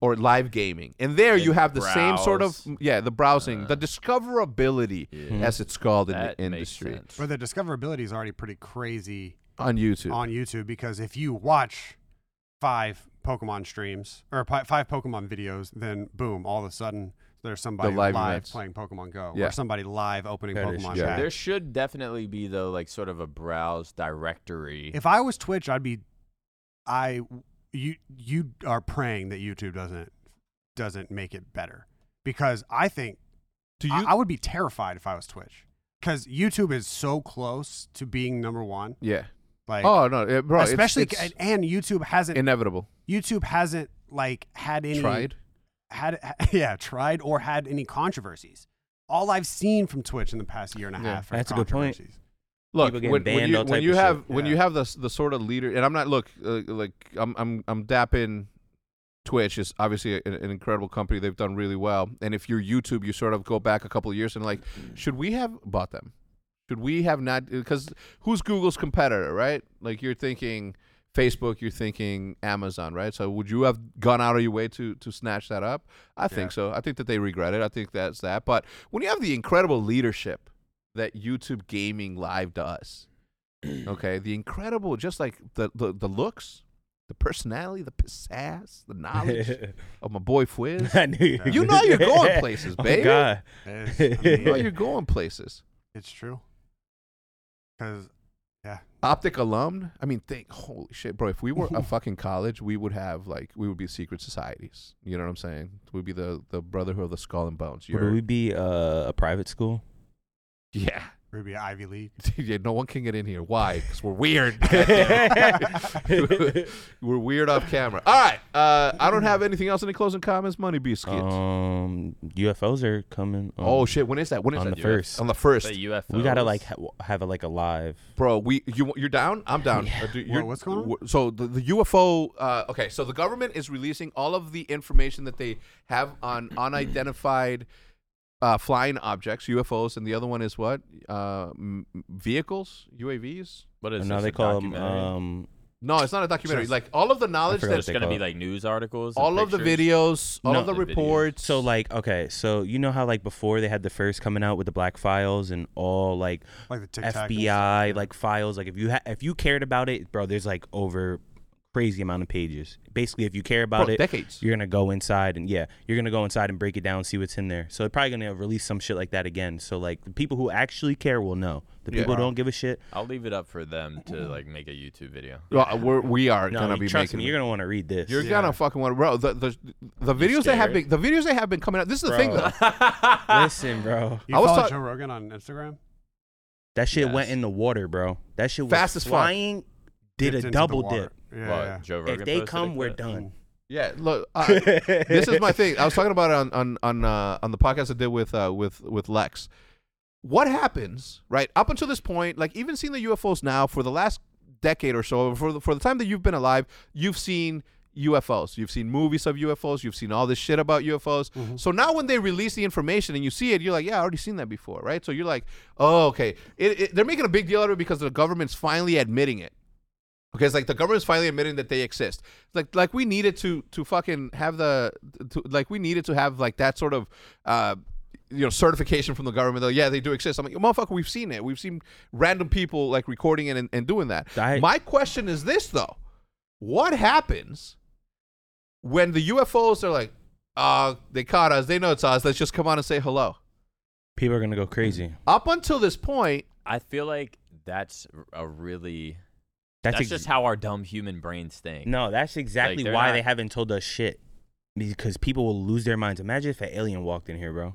Speaker 4: or live gaming, and there
Speaker 1: And
Speaker 4: you have the same sort of
Speaker 1: browse.
Speaker 4: yeah, the browsing, the
Speaker 1: Uh,
Speaker 4: discoverability,
Speaker 1: Yeah.
Speaker 4: as it's called in
Speaker 1: that
Speaker 4: the
Speaker 1: makes
Speaker 4: industry
Speaker 1: sense.
Speaker 3: Where the discoverability is already pretty crazy
Speaker 4: on YouTube.
Speaker 3: on YouTube because if you watch five Pokemon streams or pi- five Pokemon videos, then boom, all of a sudden there's somebody
Speaker 4: The live
Speaker 3: live,
Speaker 4: events.
Speaker 3: playing Pokemon Go
Speaker 4: Yeah.
Speaker 3: or somebody live opening
Speaker 2: That is
Speaker 3: Pokemon
Speaker 4: true.
Speaker 3: Pack.
Speaker 1: There should definitely be though, like sort of a browse directory.
Speaker 3: If I was Twitch, I'd be I you you are praying that YouTube doesn't doesn't make it better because I think
Speaker 4: Do you?
Speaker 3: I, I would be terrified if I was Twitch because YouTube is so close to being number one.
Speaker 4: yeah.
Speaker 3: Like
Speaker 4: oh no, yeah, bro. it's-
Speaker 3: especially
Speaker 4: it's
Speaker 3: and, and YouTube hasn't
Speaker 4: inevitable.
Speaker 3: YouTube hasn't like had any
Speaker 4: Tried.
Speaker 3: had yeah tried or had any controversies. All I've seen from Twitch in the past year and a
Speaker 4: Yeah.
Speaker 3: half are
Speaker 2: That's a good point.
Speaker 3: controversies.
Speaker 4: look
Speaker 2: People
Speaker 4: when,
Speaker 2: getting
Speaker 4: when
Speaker 2: banned,
Speaker 4: you
Speaker 2: all
Speaker 4: when
Speaker 2: type
Speaker 4: you
Speaker 2: of
Speaker 4: have
Speaker 2: shit.
Speaker 4: when you
Speaker 3: Yeah.
Speaker 4: have the s- the sort of leader and I'm not look uh, like I'm I'm I'm dapping Twitch is obviously a- an, an incredible company they've done really well and if you're YouTube you sort of go back a couple of years and like should we have bought them should we have not uh, because who's Google's competitor right like you're thinking Facebook you're thinking Amazon right so would you have gone out of your way to to snatch that up I think
Speaker 3: Yeah.
Speaker 4: so I think that they regret it I think that's that but when you have the incredible leadership that YouTube gaming live does. Okay, the incredible, just like the the, the looks, the personality, the pizzazz, the knowledge of my boy Fwiz.
Speaker 2: I knew you.
Speaker 4: You know you're going places,
Speaker 2: Oh,
Speaker 4: baby.
Speaker 2: God.
Speaker 3: It's, I
Speaker 4: You know
Speaker 3: mean,
Speaker 4: you're going places.
Speaker 3: it's true. Because
Speaker 4: Optic alum. I mean, think, holy shit, bro. If we were a fucking college, we would have like we would be secret societies. You know what I'm saying? We'd be the the brotherhood of the skull and bones.
Speaker 2: Would
Speaker 4: You're,
Speaker 2: we be uh, a private school?
Speaker 4: yeah.
Speaker 3: Ruby Ivy League.
Speaker 4: yeah, no one can get in here. Why? Because we're weird. we're weird off camera. All right. Uh, I don't have anything else. Any closing comments? Money biscuits.
Speaker 2: Um, UFOs are coming. um,
Speaker 4: oh shit! When is that? When is
Speaker 2: on
Speaker 4: that?
Speaker 2: the first.
Speaker 4: On the first.
Speaker 1: the UFOs.
Speaker 2: we gotta like ha- have a, like a live.
Speaker 4: Bro, we you you're down? I'm down.
Speaker 2: Yeah.
Speaker 4: Uh, dude,
Speaker 3: Wha-
Speaker 4: you're-
Speaker 3: what's going on?
Speaker 4: wha- So the, the UFO. Uh, okay, so the government is releasing all of the information that they have on unidentified uh, flying objects, UFOs, and the other one is what? Uh, m- vehicles, UAVs.
Speaker 1: what is
Speaker 2: And now
Speaker 1: this,
Speaker 2: they
Speaker 1: a
Speaker 2: call
Speaker 4: uh,
Speaker 2: them.
Speaker 1: documentary?
Speaker 2: Um,
Speaker 4: No, it's not a documentary.
Speaker 3: Just-
Speaker 4: like all of the knowledge
Speaker 2: forgot
Speaker 4: that
Speaker 1: it's gonna be
Speaker 2: call-
Speaker 1: like news articles. and
Speaker 4: all of the
Speaker 1: pictures.
Speaker 4: videos, all
Speaker 2: No.
Speaker 4: of the
Speaker 1: The videos.
Speaker 4: reports.
Speaker 2: so like okay, so you know how like before they had the first coming out with the black files and all like
Speaker 3: Like the Tic Tac. and stuff.
Speaker 2: FBI like files. Like if you ha- if you cared about it, bro, there's like over crazy amount of pages. Basically, if you care about
Speaker 4: Bro,
Speaker 2: it,
Speaker 4: decades.
Speaker 2: you're gonna go inside and yeah, you're gonna go inside and break it down, see what's in there. So they're probably gonna release some shit like that again. So like the people who actually care will know. The
Speaker 4: Yeah.
Speaker 2: people who don't give a shit.
Speaker 1: I'll leave it up for them to like make a YouTube video.
Speaker 4: Well, we're, we are
Speaker 2: No,
Speaker 4: gonna
Speaker 2: you-
Speaker 4: be
Speaker 2: trust
Speaker 4: making.
Speaker 2: me, you're gonna want to read this.
Speaker 4: You're gonna fucking want, bro. The the, the videos that have been the videos that have been coming out. This is the thing,
Speaker 2: Bro.
Speaker 4: though.
Speaker 2: Listen, bro,
Speaker 3: You
Speaker 4: I was
Speaker 3: follow
Speaker 4: talk-
Speaker 3: Joe Rogan on Instagram?
Speaker 2: that shit
Speaker 1: Yes.
Speaker 2: went in the water, bro. That shit was
Speaker 4: Fast as fuck.
Speaker 2: flying. Did
Speaker 3: Dipped into
Speaker 2: a
Speaker 3: the
Speaker 2: double
Speaker 3: water.
Speaker 2: dip.
Speaker 3: Yeah,
Speaker 1: Well,
Speaker 3: yeah. Mm.
Speaker 1: Joe Rogan
Speaker 2: If they
Speaker 1: posted
Speaker 2: come,
Speaker 1: it,
Speaker 2: we're
Speaker 1: but-
Speaker 2: done.
Speaker 4: Yeah, look, uh, this is my thing. I was talking about it on on on, uh, on the podcast I did with uh, with with Lex. What happens right up until this point? Like even seeing the UFOs now for the last decade or so, for the, for the time that you've been alive, you've seen UFOs. You've seen movies of UFOs. You've seen all this shit about UFOs. So now when they release the information and you see it, you're like, yeah, I already seen that before, right? So you're like, oh, okay. It, it, they're making a big deal out of it because the government's finally admitting it. Okay, it's like the government's finally admitting that they exist. Like, like we needed to to fucking have the, to, like we needed to have like that sort of, uh, you know, certification from the government. That, yeah, they do exist. I'm like, motherfucker, we've seen it. We've seen random people like recording it and, and doing that.
Speaker 2: I-
Speaker 4: My question is this though: What happens when the UFOs are like, uh, they caught us. They know it's us. Let's just come on and say hello.
Speaker 2: People are gonna go crazy.
Speaker 4: Up until this point,
Speaker 1: I feel like that's a really
Speaker 2: That's,
Speaker 1: that's,
Speaker 2: ex-
Speaker 1: just how our dumb human brains think.
Speaker 2: No, that's exactly
Speaker 1: they're
Speaker 2: why
Speaker 1: not-
Speaker 2: they haven't told us shit. Because people will lose their minds. Imagine if an alien walked in here, bro.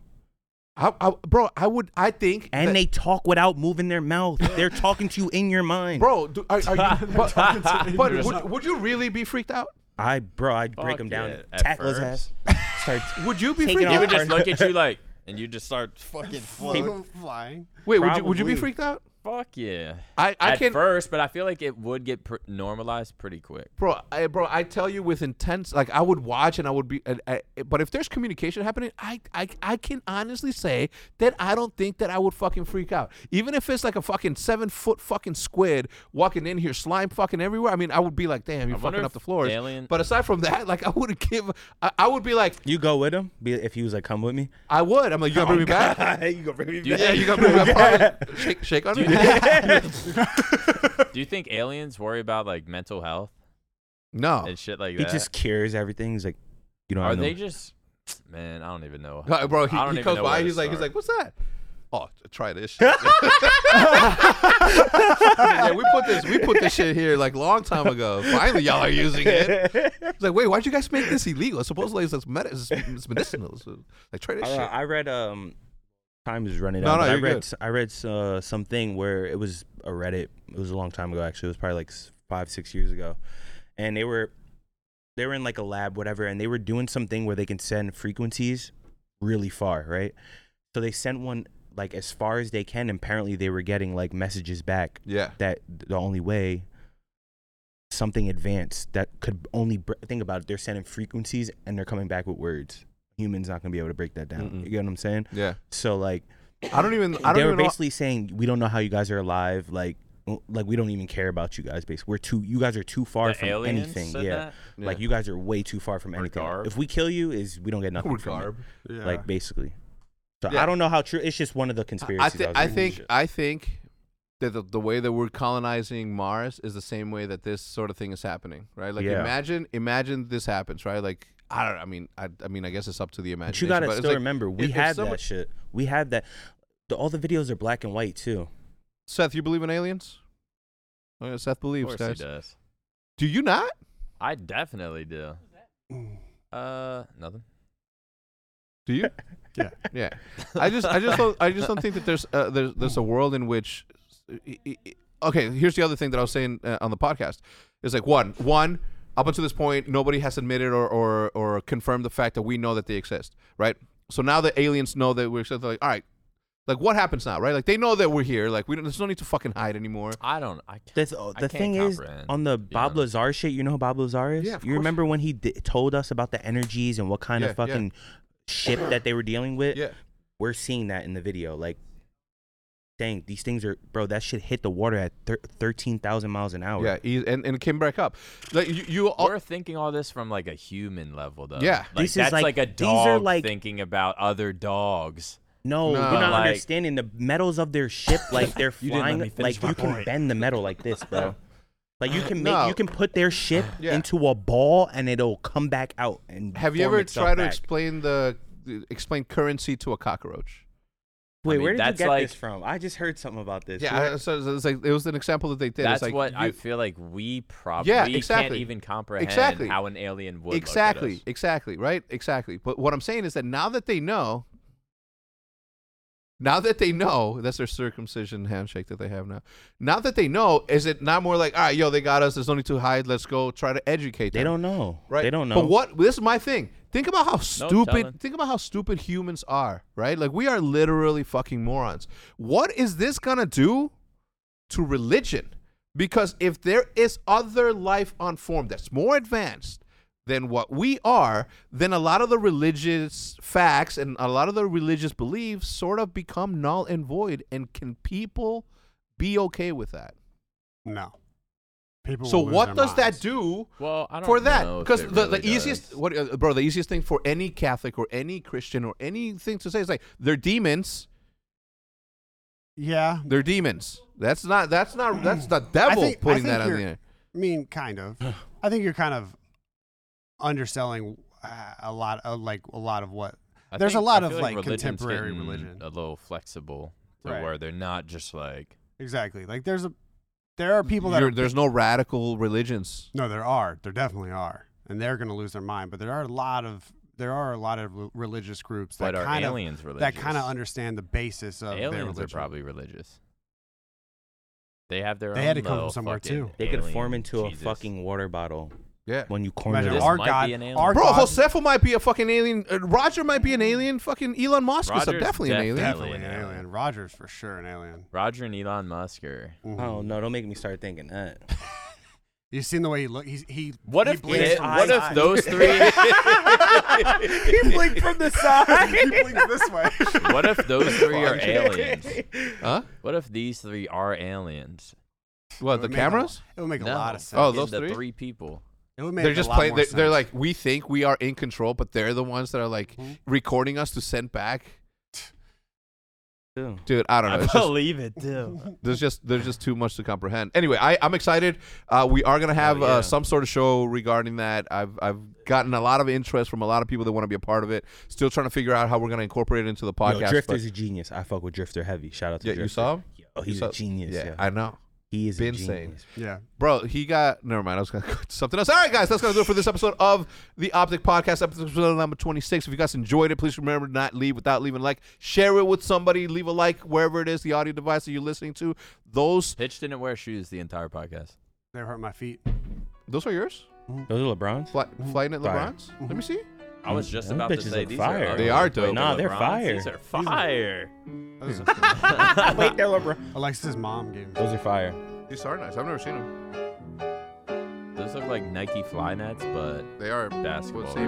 Speaker 4: I, I, bro, I would, I think,
Speaker 2: And
Speaker 4: that-
Speaker 2: they talk without moving their mouth. They're talking to you in your mind.
Speaker 4: Bro, do, are, are you, but,
Speaker 1: Talking
Speaker 4: but
Speaker 1: to
Speaker 4: would, would you really be freaked out?
Speaker 2: I, bro, I'd break
Speaker 1: Fuck
Speaker 2: them down,
Speaker 1: yeah,
Speaker 2: and
Speaker 1: at
Speaker 2: tackle his ass.
Speaker 1: first.
Speaker 2: Start.
Speaker 4: Would you be
Speaker 2: Taking
Speaker 4: freaked
Speaker 1: They
Speaker 2: off
Speaker 1: would
Speaker 4: out?
Speaker 2: our-
Speaker 1: just look at you like, and you just start fucking
Speaker 3: Flying. flying.
Speaker 4: Wait, would you, would you be
Speaker 2: Probably.
Speaker 4: freaked out?
Speaker 1: fuck yeah.
Speaker 4: I, I
Speaker 1: At
Speaker 4: can,
Speaker 1: first, but I feel like it would get pr- normalized pretty quick.
Speaker 4: bro, I, bro. I tell you with intense, like I would watch and I would be, and I, but if there's communication happening, I, I, I can honestly say that I don't think that I would fucking freak out, even if it's like a fucking seven foot fucking squid walking in here, slime fucking everywhere. I mean, I would be like, damn, you're
Speaker 1: I wonder
Speaker 4: fucking up
Speaker 1: if
Speaker 4: the floors.
Speaker 1: alien-
Speaker 4: But aside from that, like I wouldn't give, I, I would be like,
Speaker 2: You go with him. Be, if he was like, come with me.
Speaker 4: I would. I'm like, you gonna
Speaker 2: Oh
Speaker 4: bring me back?
Speaker 2: you gonna bring me
Speaker 1: Do you,
Speaker 4: Yeah,
Speaker 1: think,
Speaker 4: you got to move that part. Shake, shake on me.
Speaker 1: do you think aliens worry about like mental health
Speaker 4: no.
Speaker 1: and shit like
Speaker 2: Oh. He
Speaker 1: that?
Speaker 2: just cures everything. He's like, you know.
Speaker 1: Are
Speaker 2: I know.
Speaker 1: they just man? I don't even know.
Speaker 4: No, bro, he,
Speaker 1: I don't
Speaker 4: he
Speaker 1: even
Speaker 4: comes
Speaker 1: know
Speaker 4: by.
Speaker 1: where to
Speaker 4: He's like, he's
Speaker 1: start.
Speaker 4: like, what's that? Oh, t- try this. Shit. yeah, we put this, we put this shit here like long time ago. Finally, y'all are using it. It's like, wait, why'd you guys make this illegal? Supposedly, it's, it's, med- it's, it's medicinal. So, like, try this
Speaker 2: I, don't know,
Speaker 4: shit.
Speaker 2: I read um time is running
Speaker 4: No,
Speaker 2: out.
Speaker 4: no,
Speaker 2: but I
Speaker 4: you're
Speaker 2: read
Speaker 4: good.
Speaker 2: s- I read uh, something where it was a Reddit. It was a long time ago actually. It was probably like s- 5 6 years ago. And they were they were in like a lab whatever and they were doing something where they can send frequencies really far, right? So they sent one like as far as they can and apparently they were getting like messages back
Speaker 4: Yeah.
Speaker 2: that the only way something advanced that could only br- think about it they're sending frequencies and they're coming back with words humans not going to be able to break that down
Speaker 4: Mm-mm.
Speaker 2: you get what i'm saying
Speaker 4: Yeah.
Speaker 2: so like
Speaker 4: I don't even, I don't
Speaker 2: they were
Speaker 4: even know.
Speaker 2: basically saying we don't know how you guys are alive like w- like we don't even care about you guys basically we're too you guys are too far
Speaker 1: The
Speaker 2: from
Speaker 1: aliens
Speaker 2: anything
Speaker 1: said
Speaker 2: yeah
Speaker 1: that?
Speaker 2: like
Speaker 4: Yeah.
Speaker 2: you guys are way too far from
Speaker 1: We're
Speaker 2: anything
Speaker 1: garb.
Speaker 2: if we kill you is we don't get nothing
Speaker 4: We're
Speaker 2: from it,
Speaker 4: garb.
Speaker 3: Yeah.
Speaker 2: like basically so
Speaker 4: Yeah.
Speaker 2: i don't know how true it's just one of the
Speaker 4: I-
Speaker 2: conspiracies
Speaker 4: I,
Speaker 2: i,
Speaker 4: thi-
Speaker 2: was
Speaker 4: I
Speaker 2: reading.
Speaker 4: think I think that the, the way that we're colonizing Mars is the same way that this sort of thing is happening, right? Like
Speaker 2: Yeah.
Speaker 4: imagine imagine this happens, right? Like I don't I mean I, I mean I guess it's up to the
Speaker 2: But
Speaker 4: imagination.
Speaker 2: you gotta
Speaker 4: but it's
Speaker 2: still
Speaker 4: like,
Speaker 2: remember, we
Speaker 4: if- if
Speaker 2: had
Speaker 4: someone-
Speaker 2: that shit. We had that. The, all the videos are black and white too.
Speaker 4: Seth, you believe in aliens? Oh, yeah, Seth
Speaker 1: Of
Speaker 4: believes,
Speaker 1: course
Speaker 4: guys.
Speaker 1: he does.
Speaker 4: Do you not?
Speaker 1: I definitely do.
Speaker 3: Mm.
Speaker 1: Uh, nothing.
Speaker 4: Do you?
Speaker 3: Yeah.
Speaker 4: Yeah. I just I just don't I just don't think that there's uh, there's there's a world in which i- i- i- okay, here's the other thing that I was saying uh, on the podcast. It's like one one up until this point nobody has admitted or or or confirmed the fact that we know that they exist, right? So now the aliens know that we exist. They're like, all right, like what happens now, right? Like they know that we're here. Like we don't, there's no need to fucking hide anymore.
Speaker 1: I don't. I can't.
Speaker 2: That's, uh,
Speaker 1: I
Speaker 2: the
Speaker 1: can't
Speaker 2: thing is,
Speaker 1: comprehend,
Speaker 2: on the
Speaker 1: to be
Speaker 2: Bob
Speaker 1: honest.
Speaker 2: Lazar shit, you know who Bob Lazar is?
Speaker 4: Yeah, of
Speaker 2: you
Speaker 4: course.
Speaker 2: remember when he di- told us about the energies and what kind
Speaker 4: Yeah,
Speaker 2: of
Speaker 4: yeah.
Speaker 2: fucking shit that they were dealing with?
Speaker 4: Yeah.
Speaker 2: We're seeing that in the video. Like, dang, these things are, bro, that shit hit the water at thir- 13,000 miles an hour.
Speaker 4: Yeah, he, and and it came back up. Like you, you all,
Speaker 1: We're thinking all this from like a human level, though.
Speaker 4: Yeah.
Speaker 1: like,
Speaker 2: This is
Speaker 1: that's
Speaker 2: like-
Speaker 1: a
Speaker 2: these are
Speaker 1: dog
Speaker 2: like-
Speaker 1: thinking about other dogs.
Speaker 2: No,
Speaker 4: No.
Speaker 2: you're not
Speaker 1: Like-
Speaker 2: understanding the metals of their ship. Like they're
Speaker 1: You didn't let me
Speaker 2: flying,
Speaker 1: finish
Speaker 2: like
Speaker 1: my
Speaker 2: you can
Speaker 1: point.
Speaker 2: bend the metal like this, bro. Like you can make
Speaker 4: No.
Speaker 2: you can put their shit
Speaker 4: Yeah.
Speaker 2: into a ball and it'll come back out and
Speaker 4: Have you
Speaker 2: form
Speaker 4: ever
Speaker 2: itself
Speaker 4: tried to
Speaker 2: back.
Speaker 4: explain the explain currency to a cockroach?
Speaker 2: Wait,
Speaker 1: mean,
Speaker 2: where did you
Speaker 1: that's
Speaker 2: get
Speaker 1: like-
Speaker 2: this from? I just heard something about this.
Speaker 4: Yeah, I- so, so it's like it was an example that they did.
Speaker 1: That's
Speaker 4: It's like
Speaker 1: what I
Speaker 4: you-
Speaker 1: feel like we probably
Speaker 4: Yeah,
Speaker 1: can't
Speaker 4: exactly.
Speaker 1: even comprehend
Speaker 4: Exactly.
Speaker 1: how an alien would look at
Speaker 4: exactly,
Speaker 1: us.
Speaker 4: exactly, right, exactly. But what I'm saying is that now that they know, now that they know, that's their circumcision handshake that they have now. Now that they know, is it not more like, all right, yo, they got us. There's no need to hide. Let's go try to educate them.
Speaker 2: They don't know.
Speaker 4: right?
Speaker 2: They don't know.
Speaker 4: But what? This is my thing. Think about how stupid.
Speaker 1: telling.
Speaker 4: think about how stupid humans are, right? Like we are literally fucking morons. What is this gonna do to religion? Because if there is other life on form that's more advanced than what we are, then a lot of the religious facts and a lot of the religious beliefs sort of become null and void. And can people be okay with that?
Speaker 3: No. People.
Speaker 4: so
Speaker 3: will lose
Speaker 4: what
Speaker 3: their
Speaker 4: does that
Speaker 3: minds.
Speaker 4: do?
Speaker 1: Well, I don't
Speaker 4: for that
Speaker 1: know if
Speaker 4: because
Speaker 1: it
Speaker 4: the,
Speaker 1: really
Speaker 4: the easiest
Speaker 1: does.
Speaker 4: what uh, bro the easiest thing for any catholic or any christian or anything to say is like they're demons
Speaker 3: Yeah.
Speaker 4: they're demons that's not that's not that's the devil
Speaker 3: think- I
Speaker 4: putting that
Speaker 3: think
Speaker 4: on the
Speaker 3: you're-
Speaker 4: air
Speaker 3: I mean, kind of. I think you're kind of underselling uh, a lot of like a lot of what.
Speaker 1: I
Speaker 3: There's a
Speaker 1: think-
Speaker 3: lot
Speaker 1: I
Speaker 3: of
Speaker 1: feel
Speaker 3: like
Speaker 1: religion's
Speaker 3: contemporary
Speaker 1: getting
Speaker 3: religion.
Speaker 1: a little flexible to
Speaker 3: Right.
Speaker 1: where they're not just like
Speaker 3: Exactly. Like there's a there are people that
Speaker 4: You're-
Speaker 3: are,
Speaker 4: there's no radical religions
Speaker 3: no there are there definitely are and they're going to lose their mind. But there are a lot of there are a lot of rel- religious groups that
Speaker 1: but are
Speaker 3: kind of
Speaker 1: aliens religious.
Speaker 3: that kind of understand the basis
Speaker 4: Oh,
Speaker 3: of their
Speaker 1: aliens
Speaker 3: religion.
Speaker 1: are probably religious. They have their
Speaker 3: They
Speaker 1: own
Speaker 3: had to come from
Speaker 1: little
Speaker 3: somewhere,
Speaker 1: fucking
Speaker 3: too.
Speaker 2: they could form
Speaker 1: alien
Speaker 2: into
Speaker 1: Jesus.
Speaker 2: a fucking water bottle
Speaker 4: yeah
Speaker 2: when you corner
Speaker 3: Imagine
Speaker 1: This
Speaker 2: them.
Speaker 3: our
Speaker 1: might
Speaker 3: God,
Speaker 1: be an alien.
Speaker 3: our
Speaker 4: bro
Speaker 3: God,
Speaker 4: josefo might be a fucking alien uh, roger might be an alien fucking elon musk is a-
Speaker 1: Roger's
Speaker 4: definitely an alien
Speaker 1: definitely-
Speaker 3: definitely an
Speaker 1: alien.
Speaker 3: alien. Rogers for sure an alien.
Speaker 1: Roger and Elon Musk are.
Speaker 3: Mhm.
Speaker 2: Oh no! Don't make me start thinking that.
Speaker 3: You seen the way he look? He's, he
Speaker 1: What
Speaker 3: he
Speaker 1: if
Speaker 3: blinks
Speaker 1: it-
Speaker 3: from
Speaker 1: what
Speaker 3: right
Speaker 1: if
Speaker 3: eye.
Speaker 1: those three
Speaker 2: he blinked from the side.
Speaker 3: he blinks this way?
Speaker 1: what if those three are
Speaker 3: Fuck.
Speaker 1: aliens?
Speaker 4: huh
Speaker 1: What if these three are aliens?
Speaker 4: what the
Speaker 3: would make a-
Speaker 4: cameras
Speaker 3: It would make a
Speaker 1: No.
Speaker 3: lot of sense.
Speaker 4: Oh,
Speaker 1: Fucking
Speaker 4: those
Speaker 1: the
Speaker 4: three?
Speaker 1: people.
Speaker 3: It would make
Speaker 4: they're
Speaker 3: a
Speaker 4: just
Speaker 3: lot
Speaker 4: playing
Speaker 3: more
Speaker 4: they're, they're
Speaker 3: sense. Hmm?
Speaker 4: like we think we are in control but they're the ones that are like recording us to send back dude i don't know It's just-
Speaker 5: believe it too.
Speaker 4: there's just there's just too much to comprehend. Anyway, I, I'm excited. Uh, we are gonna have
Speaker 2: yeah.
Speaker 4: uh, some sort of show regarding that. I've I've gotten a lot of interest from a lot of people that want to be a part of it. Still trying to figure out how we're gonna incorporate it into the podcast.
Speaker 2: Yo,
Speaker 4: but-
Speaker 2: Drifter's a genius. I fuck with Drifter heavy. Shout out to
Speaker 4: yeah,
Speaker 2: Drifter.
Speaker 4: you saw him.
Speaker 2: Yo, oh, he's
Speaker 4: You saw-
Speaker 2: a genius.
Speaker 4: Yeah,
Speaker 2: Yeah,
Speaker 4: I know.
Speaker 2: he is a
Speaker 4: been
Speaker 2: genius.
Speaker 4: saying.
Speaker 3: yeah.
Speaker 4: Bro, he got. Never mind. I was gonna go to something else. All right, guys, that's gonna do it for this episode of the Optic Podcast, episode number twenty-six. If you guys enjoyed it, please remember to not leave without leaving a like. Share it with somebody. Leave a like wherever it is, the audio device that you're listening to. Those
Speaker 1: Pitch didn't wear shoes the entire podcast.
Speaker 3: They hurt my feet.
Speaker 4: those are yours.
Speaker 2: Those are LeBron's.
Speaker 4: Fly, flying at
Speaker 2: Fire.
Speaker 4: LeBron's. Let me see.
Speaker 1: I was just
Speaker 2: Them
Speaker 1: about to
Speaker 2: bitches
Speaker 1: say
Speaker 2: are
Speaker 1: these
Speaker 2: fire.
Speaker 1: are
Speaker 4: They are dope.
Speaker 2: Nah, they're
Speaker 1: LeBron's?
Speaker 2: fire.
Speaker 1: These are fire.
Speaker 4: Hmm.
Speaker 3: Those are-
Speaker 2: Wait, they're LeBron.
Speaker 3: Alexis's mom gave them.
Speaker 2: Those are fire.
Speaker 4: These are nice. I've never seen them.
Speaker 1: Those look like Nike Fly Nets, but
Speaker 4: They are
Speaker 1: basketball.
Speaker 4: Build.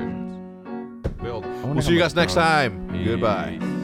Speaker 2: wonder
Speaker 4: We'll
Speaker 2: how
Speaker 4: see you
Speaker 2: much
Speaker 4: guys next
Speaker 2: Bronx-
Speaker 4: time. Goodbye.
Speaker 1: Peace.